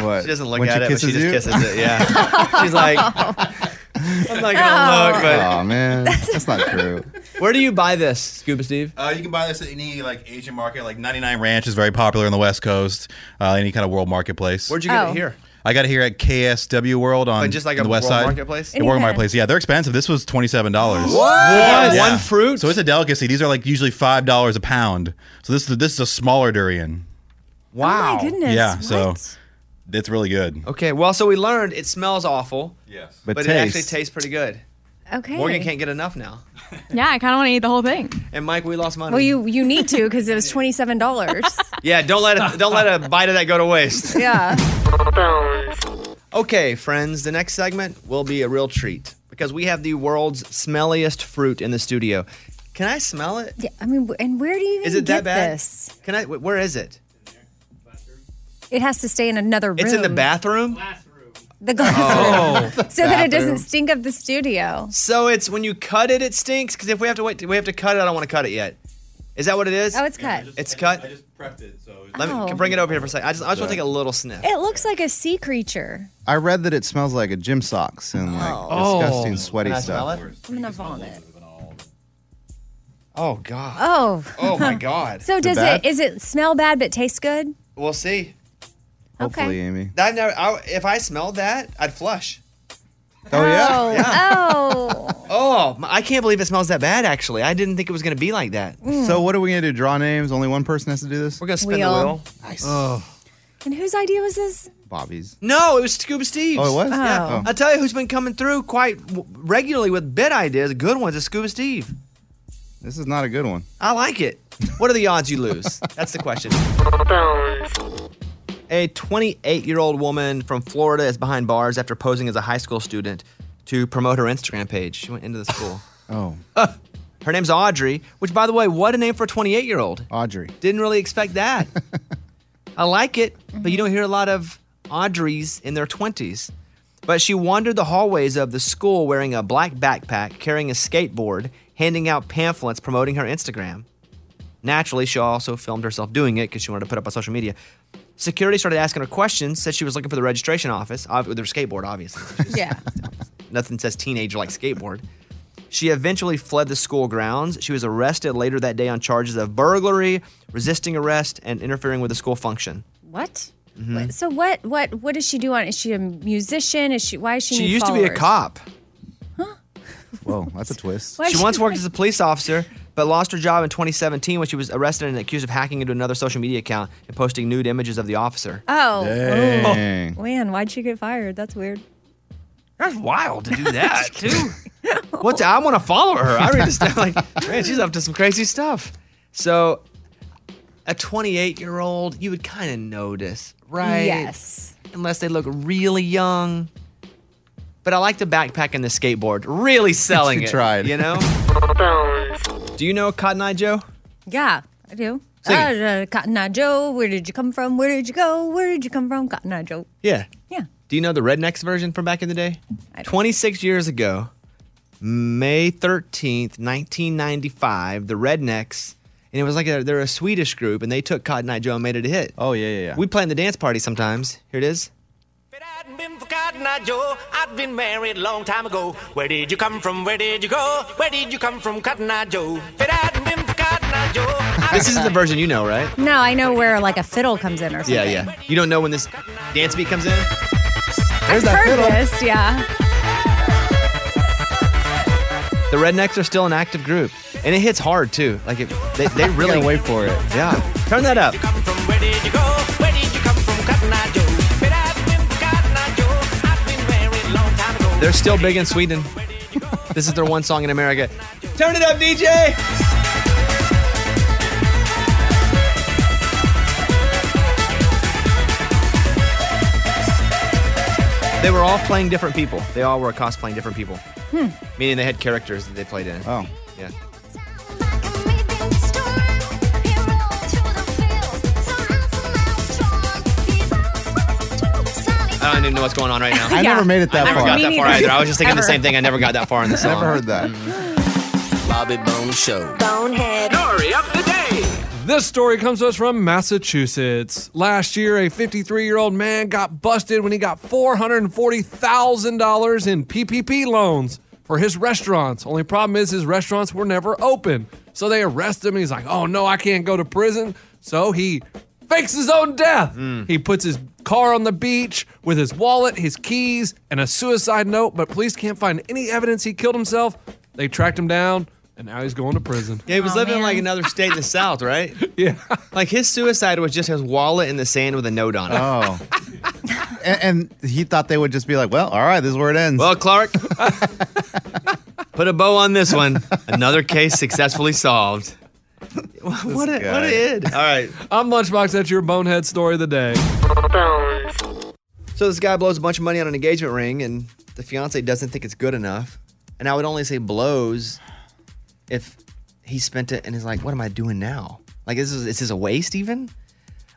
What? She doesn't look When she at it, but she kisses just you? [LAUGHS] kisses it. Yeah. She's like, I'm not gonna look. But oh man, that's not true. Oh. Where do you buy this, Scuba Steve? Uh, you can buy this at any like Asian market, like 99 Ranch is very popular on the West Coast, uh, any kind of world marketplace. Where'd you get it Oh. here? I got it here at KSW World on But just like a the West world Side marketplace? Yeah, world [LAUGHS] Any- marketplace. Yeah, they're expensive. This was twenty seven dollars. What? What? One fruit? So it's a delicacy. These are like usually five dollars a pound. So this is this is a smaller durian. Oh Wow. Yeah. So it's really good. Okay. Well, so we learned it smells awful. Yes. But, But it actually taste. tastes pretty good. Okay. Morgan can't get enough now. Yeah, I kind of want to eat the whole thing. And Mike, we lost money. Well, you you need to because it was twenty seven dollars. Yeah, don't let a, don't let a bite of that go to [LAUGHS] waste. yeah. Okay, friends, the next segment will be a real treat because we have the world's smelliest fruit in the studio. Can I smell it? Yeah. I mean, and where do you even Is it get that bad? this? Can I? wh- Where is it? It has to stay in another room. It's in the bathroom. The glass Oh. [LAUGHS] room. [LAUGHS] So that it Bathroom. doesn't stink up the studio. So it's when you cut it, it stinks. Because if we have to wait, we have to cut it. I don't want to cut it yet. Is that what it is? Oh, it's cut. It's cut. I just prepped it, so let me Oh. can bring it over here for a second. I just, I just want to take a little sniff. It looks like a sea creature. I read that it smells like a gym socks and like Oh. disgusting sweaty Can I stuff. smell it? I'm gonna vomit. Oh God. Oh. Oh [LAUGHS] my God. So does it? Is it smell bad but taste good? We'll see. Hopefully, Okay. Amy. That never. I, if I smelled that, I'd flush. Oh Oh. Oh. Oh, my- I can't believe it smells that bad. Actually, I didn't think it was going to be like Oh. that. Hmm. So what are we gonna do? Draw names? Only one person has to do this. We're gonna spin the Wheel. wheel. Nice. Oh, And whose idea was this? Bobby's. No, it was Scuba Steve's. Oh, it was? Oh. Yeah. I tell you who's been coming through quite w- regularly with bit ideas, good ones, is Scuba Steve. This is not a good one. I like it. What are the odds you [LAUGHS] lose? That's the question. A 28 year old woman from Florida is behind bars after posing as a high school student to promote her Instagram page. She went into the school. [LAUGHS] Oh. Her name's Audrey, which, by the way, what a name for a 28 year old. Audrey. Didn't really expect that. I like it, but you don't hear a lot of Audreys in their 20s. But she wandered the hallways of the school wearing a black backpack, carrying a skateboard, handing out pamphlets promoting her Instagram. Naturally, she also filmed herself doing it because she wanted to put up on social media. Security started asking her questions, said she was looking for the registration office ob- with her skateboard, obviously. Yeah. Nothing says teenager like skateboard. She eventually fled the school grounds. She was arrested later that day on charges of burglary, resisting arrest, and interfering with a school function. What? Mhm. What- So what? What? What does she do on? Is she a musician? Is she? Why is she? She need used to be a followers? cop. Whoa, that's a twist. Why She should once worked I- as a police officer, but lost her job in 2017 when she was arrested and accused of hacking into another social media account and posting nude images of the [LAUGHS] officer. Oh. Dang. Oh. Man, why'd she get fired? That's weird. That's wild to do [LAUGHS] that too. What's I want to follow her. I read this down [LAUGHS] like, man, she's up to some crazy stuff. So, a 28 year old, you would kind of notice, right? Yes. Unless they look really young. But I like the backpack and the skateboard. Really selling She it. tried. You know. [LAUGHS] Do you know Cotton Eye Joe? Yeah, I do. Sing Ah, da, Cotton Eye Joe, where did you come from? Where did you go? Where did you come from? Cotton Eye Joe. Yeah. Yeah. Do you know the Rednecks version from back in the day? 26 years ago, May 13th, 1995, the Rednecks, and it was like a, they're a Swedish group, and they took Cotton Eye Joe and made it a hit. Oh, yeah, yeah, yeah. We play in the dance party sometimes. Here it is. I'd been for Cotton Eye Joe. I'd been married a long time ago. Where did you come from? Where did you go? Where did you come from, Cotton Eye Joe? If it hadn't been for Cotton Eye Joe, This isn't the version you know, [LAUGHS] right? No, I know where like a fiddle comes in or something. Yeah, yeah. You don't know when this dance beat comes in? I've heard this, yeah. The Rednecks are still an active group, and it hits hard too. Like it, [LAUGHS] they, they really wait for it. Yeah, turn that up. where did you go? Where did you come from, Cotton Eye Joe? If it hadn't been for Cotton Eye Joe, I'd been married a long time ago. They're still big in Sweden. [LAUGHS] This is their one song in America. Turn it up, DJ. They were all playing different people. They all were cosplaying different people, Hmm. meaning they had characters that they played in. Oh, yeah. I don't even know what's going on right now. I Yeah. never made it that I never far. got Me that far neither. either. I was just thinking the Ever. same thing. I never got that far in the song. Never heard that. Bobby Bone Show. Bonehead. Story of the day. This story comes to us from Massachusetts. Last year, a 53 year old man got busted when he got $440,000 in PPP loans for his restaurants. Only problem is his restaurants were never open. So they arrest him. And he's like, oh no, I can't go to prison. So he fakes his own death. He puts his car on the beach with his wallet, his keys, and a suicide note, but police can't find any evidence he killed himself. They tracked him down, and now he's going to prison. Yeah, he was living in like another state in the South, right? yeah. Like his suicide was just his wallet in the sand with a note on it. Oh. and, and he thought they would just be like, well, all right, this is where it ends. Well, Clark, Put a bow on this one. Another case successfully solved. what a- what a id. All right. I'm Lunchbox. That's your bonehead story of the day. So this guy blows a bunch of money on an engagement ring, and the fiance doesn't think it's good enough. And I would only say blows if he spent it and is like, "What am I doing now? Like this is is this a waste even?"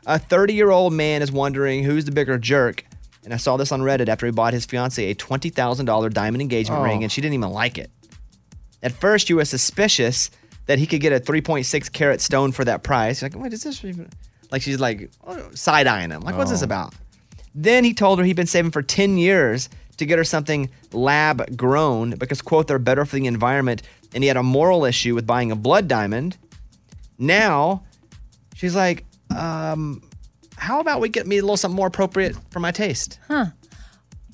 A 30-year-old man is wondering who's the bigger jerk. And I saw this on Reddit after he bought his fiance a $20,000 diamond engagement Oh. ring, and she didn't even like it. At first, you were suspicious that he could get a 3.6 carat stone for that price. You're like, what is this? even-" Like she's like side eyeing him. Like, what's this Oh. about? Then he told her he'd been saving for 10 years to get her something lab grown because, quote, they're better for the environment. And he had a moral issue with buying a blood diamond. Now she's like, um, how about we get me a little something more appropriate for my taste? Huh.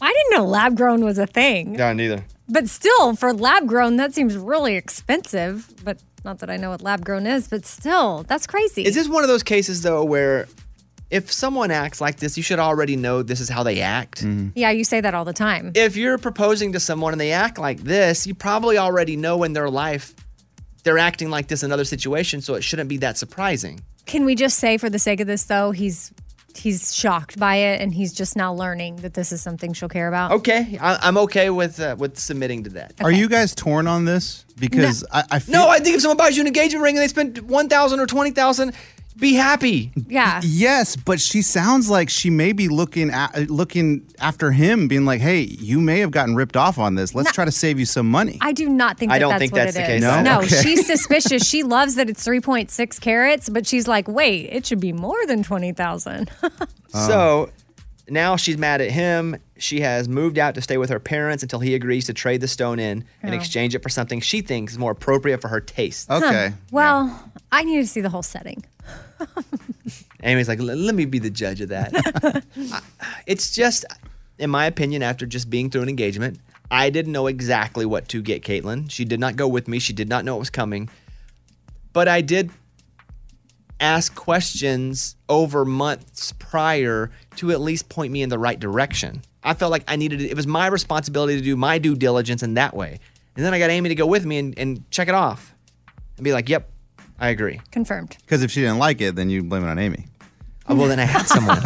I didn't know lab grown was a thing. Yeah, neither. But still, for lab grown, that seems really expensive. But not that I know what lab grown is, but still, that's crazy. Is this one of those cases, though, where if someone acts like this, you should already know this is how they act? Yeah, you say that all the time. If you're proposing to someone and they act like this, you probably already know in their life they're acting like this in other situations, so it shouldn't be that surprising. Can we just say, for the sake of this, though, he's he's shocked by it, and he's just now learning that this is something she'll care about. Oh, Okay, I, I'm okay with uh, with submitting to that. Are you guys torn on this? Because I, I feel No, I think if someone buys you an engagement ring and they spend one thousand or twenty thousand, be happy. Yeah. Yes, but she sounds like she may be looking at, looking after him, being like, "Hey, you may have gotten ripped off on this. Let's No. try to save you some money." I do not think I that don't that's think what that's it the is. case. No? No, Okay. [LAUGHS] she's suspicious. She loves that it's 3.6 carats, but she's like, wait, it should be more than [LAUGHS] 20,000. So now she's mad at him. She has moved out to stay with her parents until he agrees to trade the stone in and Oh. exchange it for something she thinks is more appropriate for her taste. Huh. Well, I need to see the whole setting. Amy's like, "Let- let me be the judge of that. I- it's just, in my opinion, after just being through an engagement, I didn't know exactly what to get Caitlin. She did not go with me. She did not know it was coming. But I did ask questions over months prior to at least point me in the right direction. I felt like I needed it. It was my responsibility to do my due diligence in that way. And then I got Amy to go with me and, and check it off and be like, yep, I agree. Confirmed. [LAUGHS] Because if she didn't like it, then you blame it on Amy. Oh, well, then I had someone.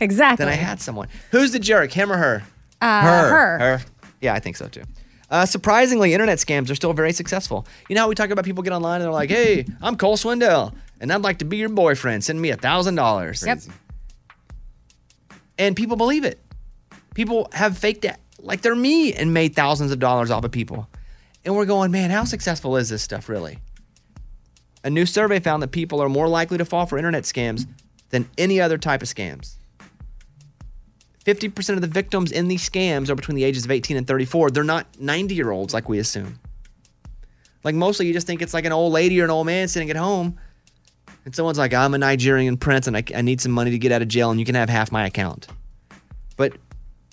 Exactly. Then I had someone. Who's the jerk, him or her? Uh, Her. her. Yeah, I think so too. Uh, surprisingly, internet scams are still very successful. You know how we talk about people get online and they're like, "Hey, I'm Cole Swindell, and I'd like to be your boyfriend. Send me a thousand dollars." Yep. And people believe it. People have faked it like they're me and made thousands of dollars off of people. And we're going, man, how successful is this stuff really? A new survey found that people are more likely to fall for internet scams than any other type of scams. 50% of the victims in these scams are between the ages of 18 and 34. They're not 90 year olds like we assume. Like mostly you just think it's like an old lady or an old man sitting at home and someone's like, I'm a Nigerian prince and I, I need some money to get out of jail and you can have half my account. But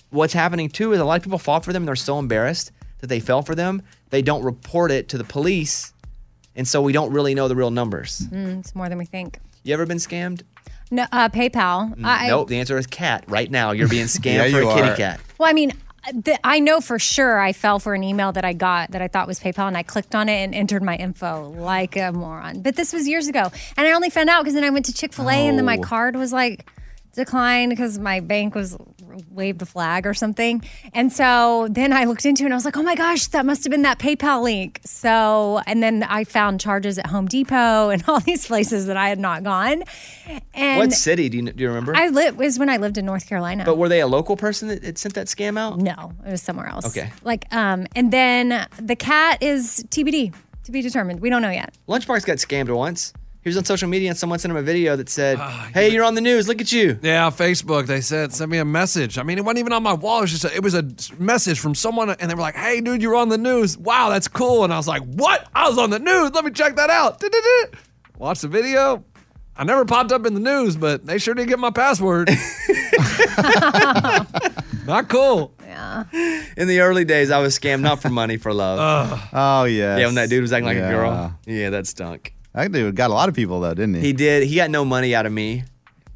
what's happening too is a lot of people fall for them and they're so embarrassed that they fell for them. They don't report it to the police. And so we don't really know the real numbers. Mm, it's more than we think. You ever been scammed? No, uh, PayPal. Mm, I, nope. The answer is cat. Right now, you're [LAUGHS] being Yeah, scammed for you a kitty are. cat. Well, I mean, the, I know for sure I fell for an email that I got that I thought was PayPal, and I clicked on it and entered my info like a moron. But this was years ago, and I only found out because then I went to Chick Fil A, and then my Oh. card was like declined because my bank was waved a flag or something. And so then I looked into it and I was like, oh my gosh, that must have been that PayPal link. So and then I found charges at Home Depot and [LAUGHS] all these places that I had not gone. And what city do you, do you remember? I lit was when I lived in North Carolina. But were they a local person that, that sent that scam out? No, it was somewhere else. Okay. Like, um, and then the cat is TBD to be determined. We don't know yet. Lunchbox got scammed once. He was on social media and someone sent him a video that said, Ah, "Hey, you're on the news. Look at you." Yeah, Facebook. They said send me a message. I mean, it wasn't even on my wall. It was just a, it was a message from someone, and they were like, "Hey, dude, you're on the news. Wow, that's cool." And I was like, "What? I was on the news. Let me check that out." [LAUGHS] Du-du-du. Watch the video. I never popped up in the news, but they sure did get my password. [LAUGHS] Not cool. Yeah. In the early days, I was scammed not for money, for love. Oh yes. yeah, when that dude was acting like Yeah. a girl. Yeah, that stunk. That dude got a lot of people though, didn't he? He did. He got no money out of me,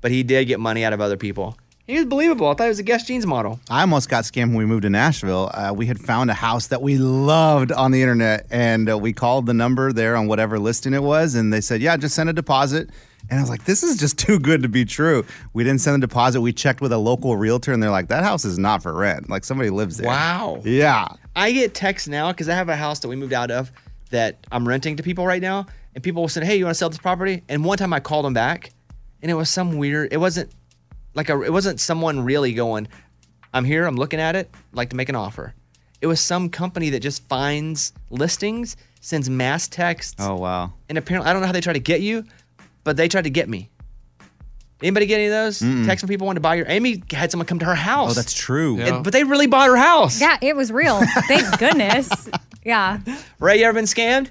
but he did get money out of other people. He was believable. I thought he was a Guess Jeans model. I almost got scammed when we moved to Nashville. Uh, we had found a house that we loved on the internet, and uh, we called the number there on whatever listing it was, and they said, "Yeah, just send a deposit." And I was like, "This is just too good to be true." We didn't send the deposit. We checked with a local realtor, and they're like, "That house is not for rent. Like somebody lives there." Wow. Yeah. I get texts now because I have a house that we moved out of that I'm renting to people right now, and people will say, "Hey, you want to sell this property?" And one time I called them back, and it was some weird. It wasn't like a, it wasn't someone really going, "I'm here, I'm looking at it, I'd like to make an offer." It was some company that just finds listings, sends mass texts, Oh wow. and apparently I don't know how they try to get you, but they tried to get me. Anybody get any of those? Mm-mm. Text from people wanting to buy your. Amy had someone come to her house. Oh, that's true. And- but they really bought her house. Yeah, it was [LAUGHS] real. Thank goodness. Yeah. Ray, you ever been scammed?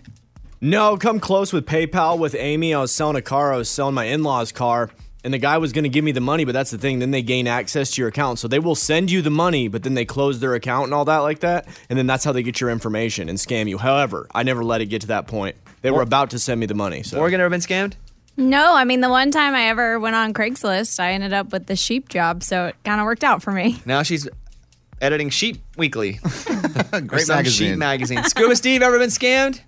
No, come close with PayPal with Amy. I was selling a car. I was selling my in law's car. And the guy was going to give me the money, but that's the thing. Then they gain access to your account. So they will send you the money, but then they close their account and all that, like Uh, that. And then that's how they get your information and scam you. However, I never let it get to that point. They were about to send me the money. So. Oregon ever been scammed? No, I mean the one time I ever went on Craigslist, I ended up with the sheep job, so it kind of worked out for me. Now she's editing Sheep [LAUGHS] Weekly. Great magazine. Sheep magazine. Scuba Steve ever been scammed?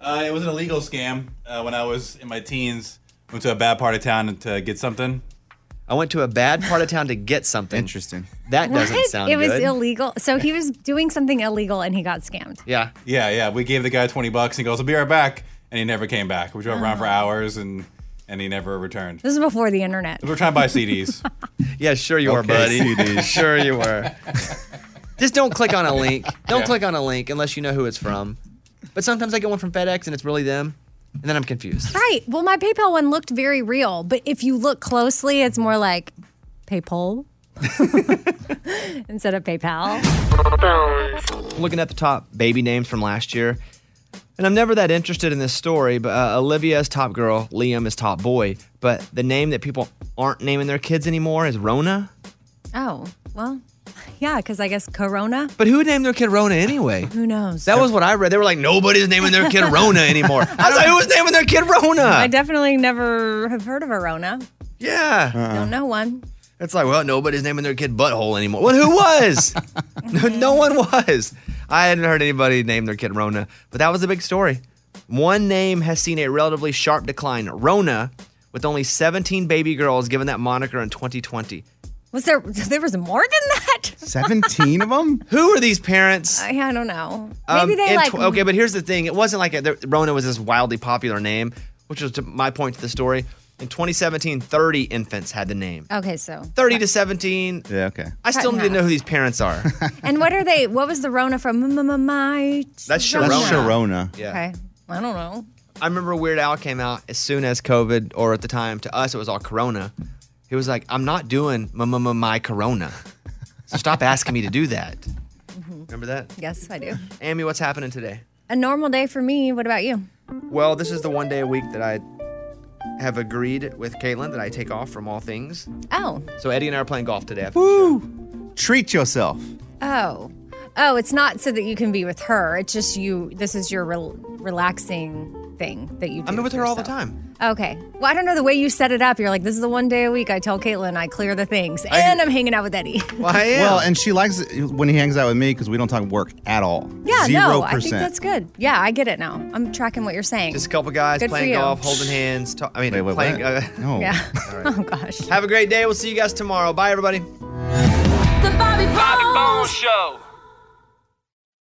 Uh, it was an illegal scam uh, when I was in my teens. Went to a bad part of town to get something. I went to a bad part of town to get something. Interesting. That What? It was illegal. So he was doing something illegal and he got scammed. Yeah. Yeah, yeah. We gave the guy 20 bucks and he goes, I'll be right back. And he never came back. We drove around Uh-huh. for hours and, and he never returned. This is before the internet. We were trying to [LAUGHS] buy CDs. yeah, sure you were, buddy. [LAUGHS] Sure you were. Just don't click on a link. Don't Yeah. click on a link unless you know who it's from. But sometimes I get one from FedEx and it's really them, and then I'm confused. Right. Well, my PayPal one looked very real, but if you look closely, it's more like PayPal [LAUGHS] instead of PayPal. Looking at the top baby names from last year, and I'm never that interested in this story, but uh, Olivia is top girl, Liam is top boy. But the name that people aren't naming their kids anymore is Rona. Oh, well, yeah, because I guess Corona. But who named their kid Rona anyway? Who knows? That was what I read. They were like, nobody's naming their kid Rona anymore. I was like, who was naming their kid I Rona? definitely never have heard of a Rona. Yeah. Don't know one. It's like, well, nobody's naming their kid butthole anymore. Well, who was? no, no one was. I hadn't heard anybody name their kid Rona, but that was a big story. One name has seen a relatively sharp decline. Rona, with only 17 baby girls given that moniker in 2020. Was there? [LAUGHS] There was more than that. [LAUGHS] 17 of them? Who are these parents? I, I don't know. Um, Maybe they and like. tw- okay, but here's the thing: it wasn't like a, the, Rona was this wildly popular name, which was to my point to the story. In 2017, 30 infants had the name. Okay, so 30 to 17. [LAUGHS] Yeah, okay. I still Oh. Cut in need to know half. who these parents are. And what are they? What was the Rona from? M- m- My. That's Sharona. Rona. Yeah. Okay. I don't know. I remember Weird Al came out as soon as COVID, or at the time to us it was all Corona. He was like, "I'm not doing my, my, my, my Corona, [LAUGHS] so stop asking me to do that." Mm-hmm. Remember that? Yes, I do. Amy, what's happening today? A normal day for me. What about you? Well, this is the one day a week that I have agreed with Caitlin that I take off from all things. Oh. So Eddie and I are playing golf today. After Woo! Treat yourself. Oh. Oh, it's not so that you can be with her. It's just you. This is your rel- relaxing thing that you do. I'm with for her all the yourself. time. Okay. Well, I don't know the way you set it up. You're like, this is the one day a week I tell Caitlin I clear the things, and I'm hanging out with Eddie. [LAUGHS] Well, and she likes it when he hangs out with me because we don't talk work at all. yeah, Zero no, I think percent. that's good. Yeah, I get it now. I'm tracking what you're saying. Just a couple guys Good for playing you. golf, holding hands. Talk, I mean, wait, playing. uh, what? [LAUGHS] No. uh, Yeah. [LAUGHS] Oh gosh. Have a great day. We'll see you guys tomorrow. Bye, everybody. The Bobby Bones, Show.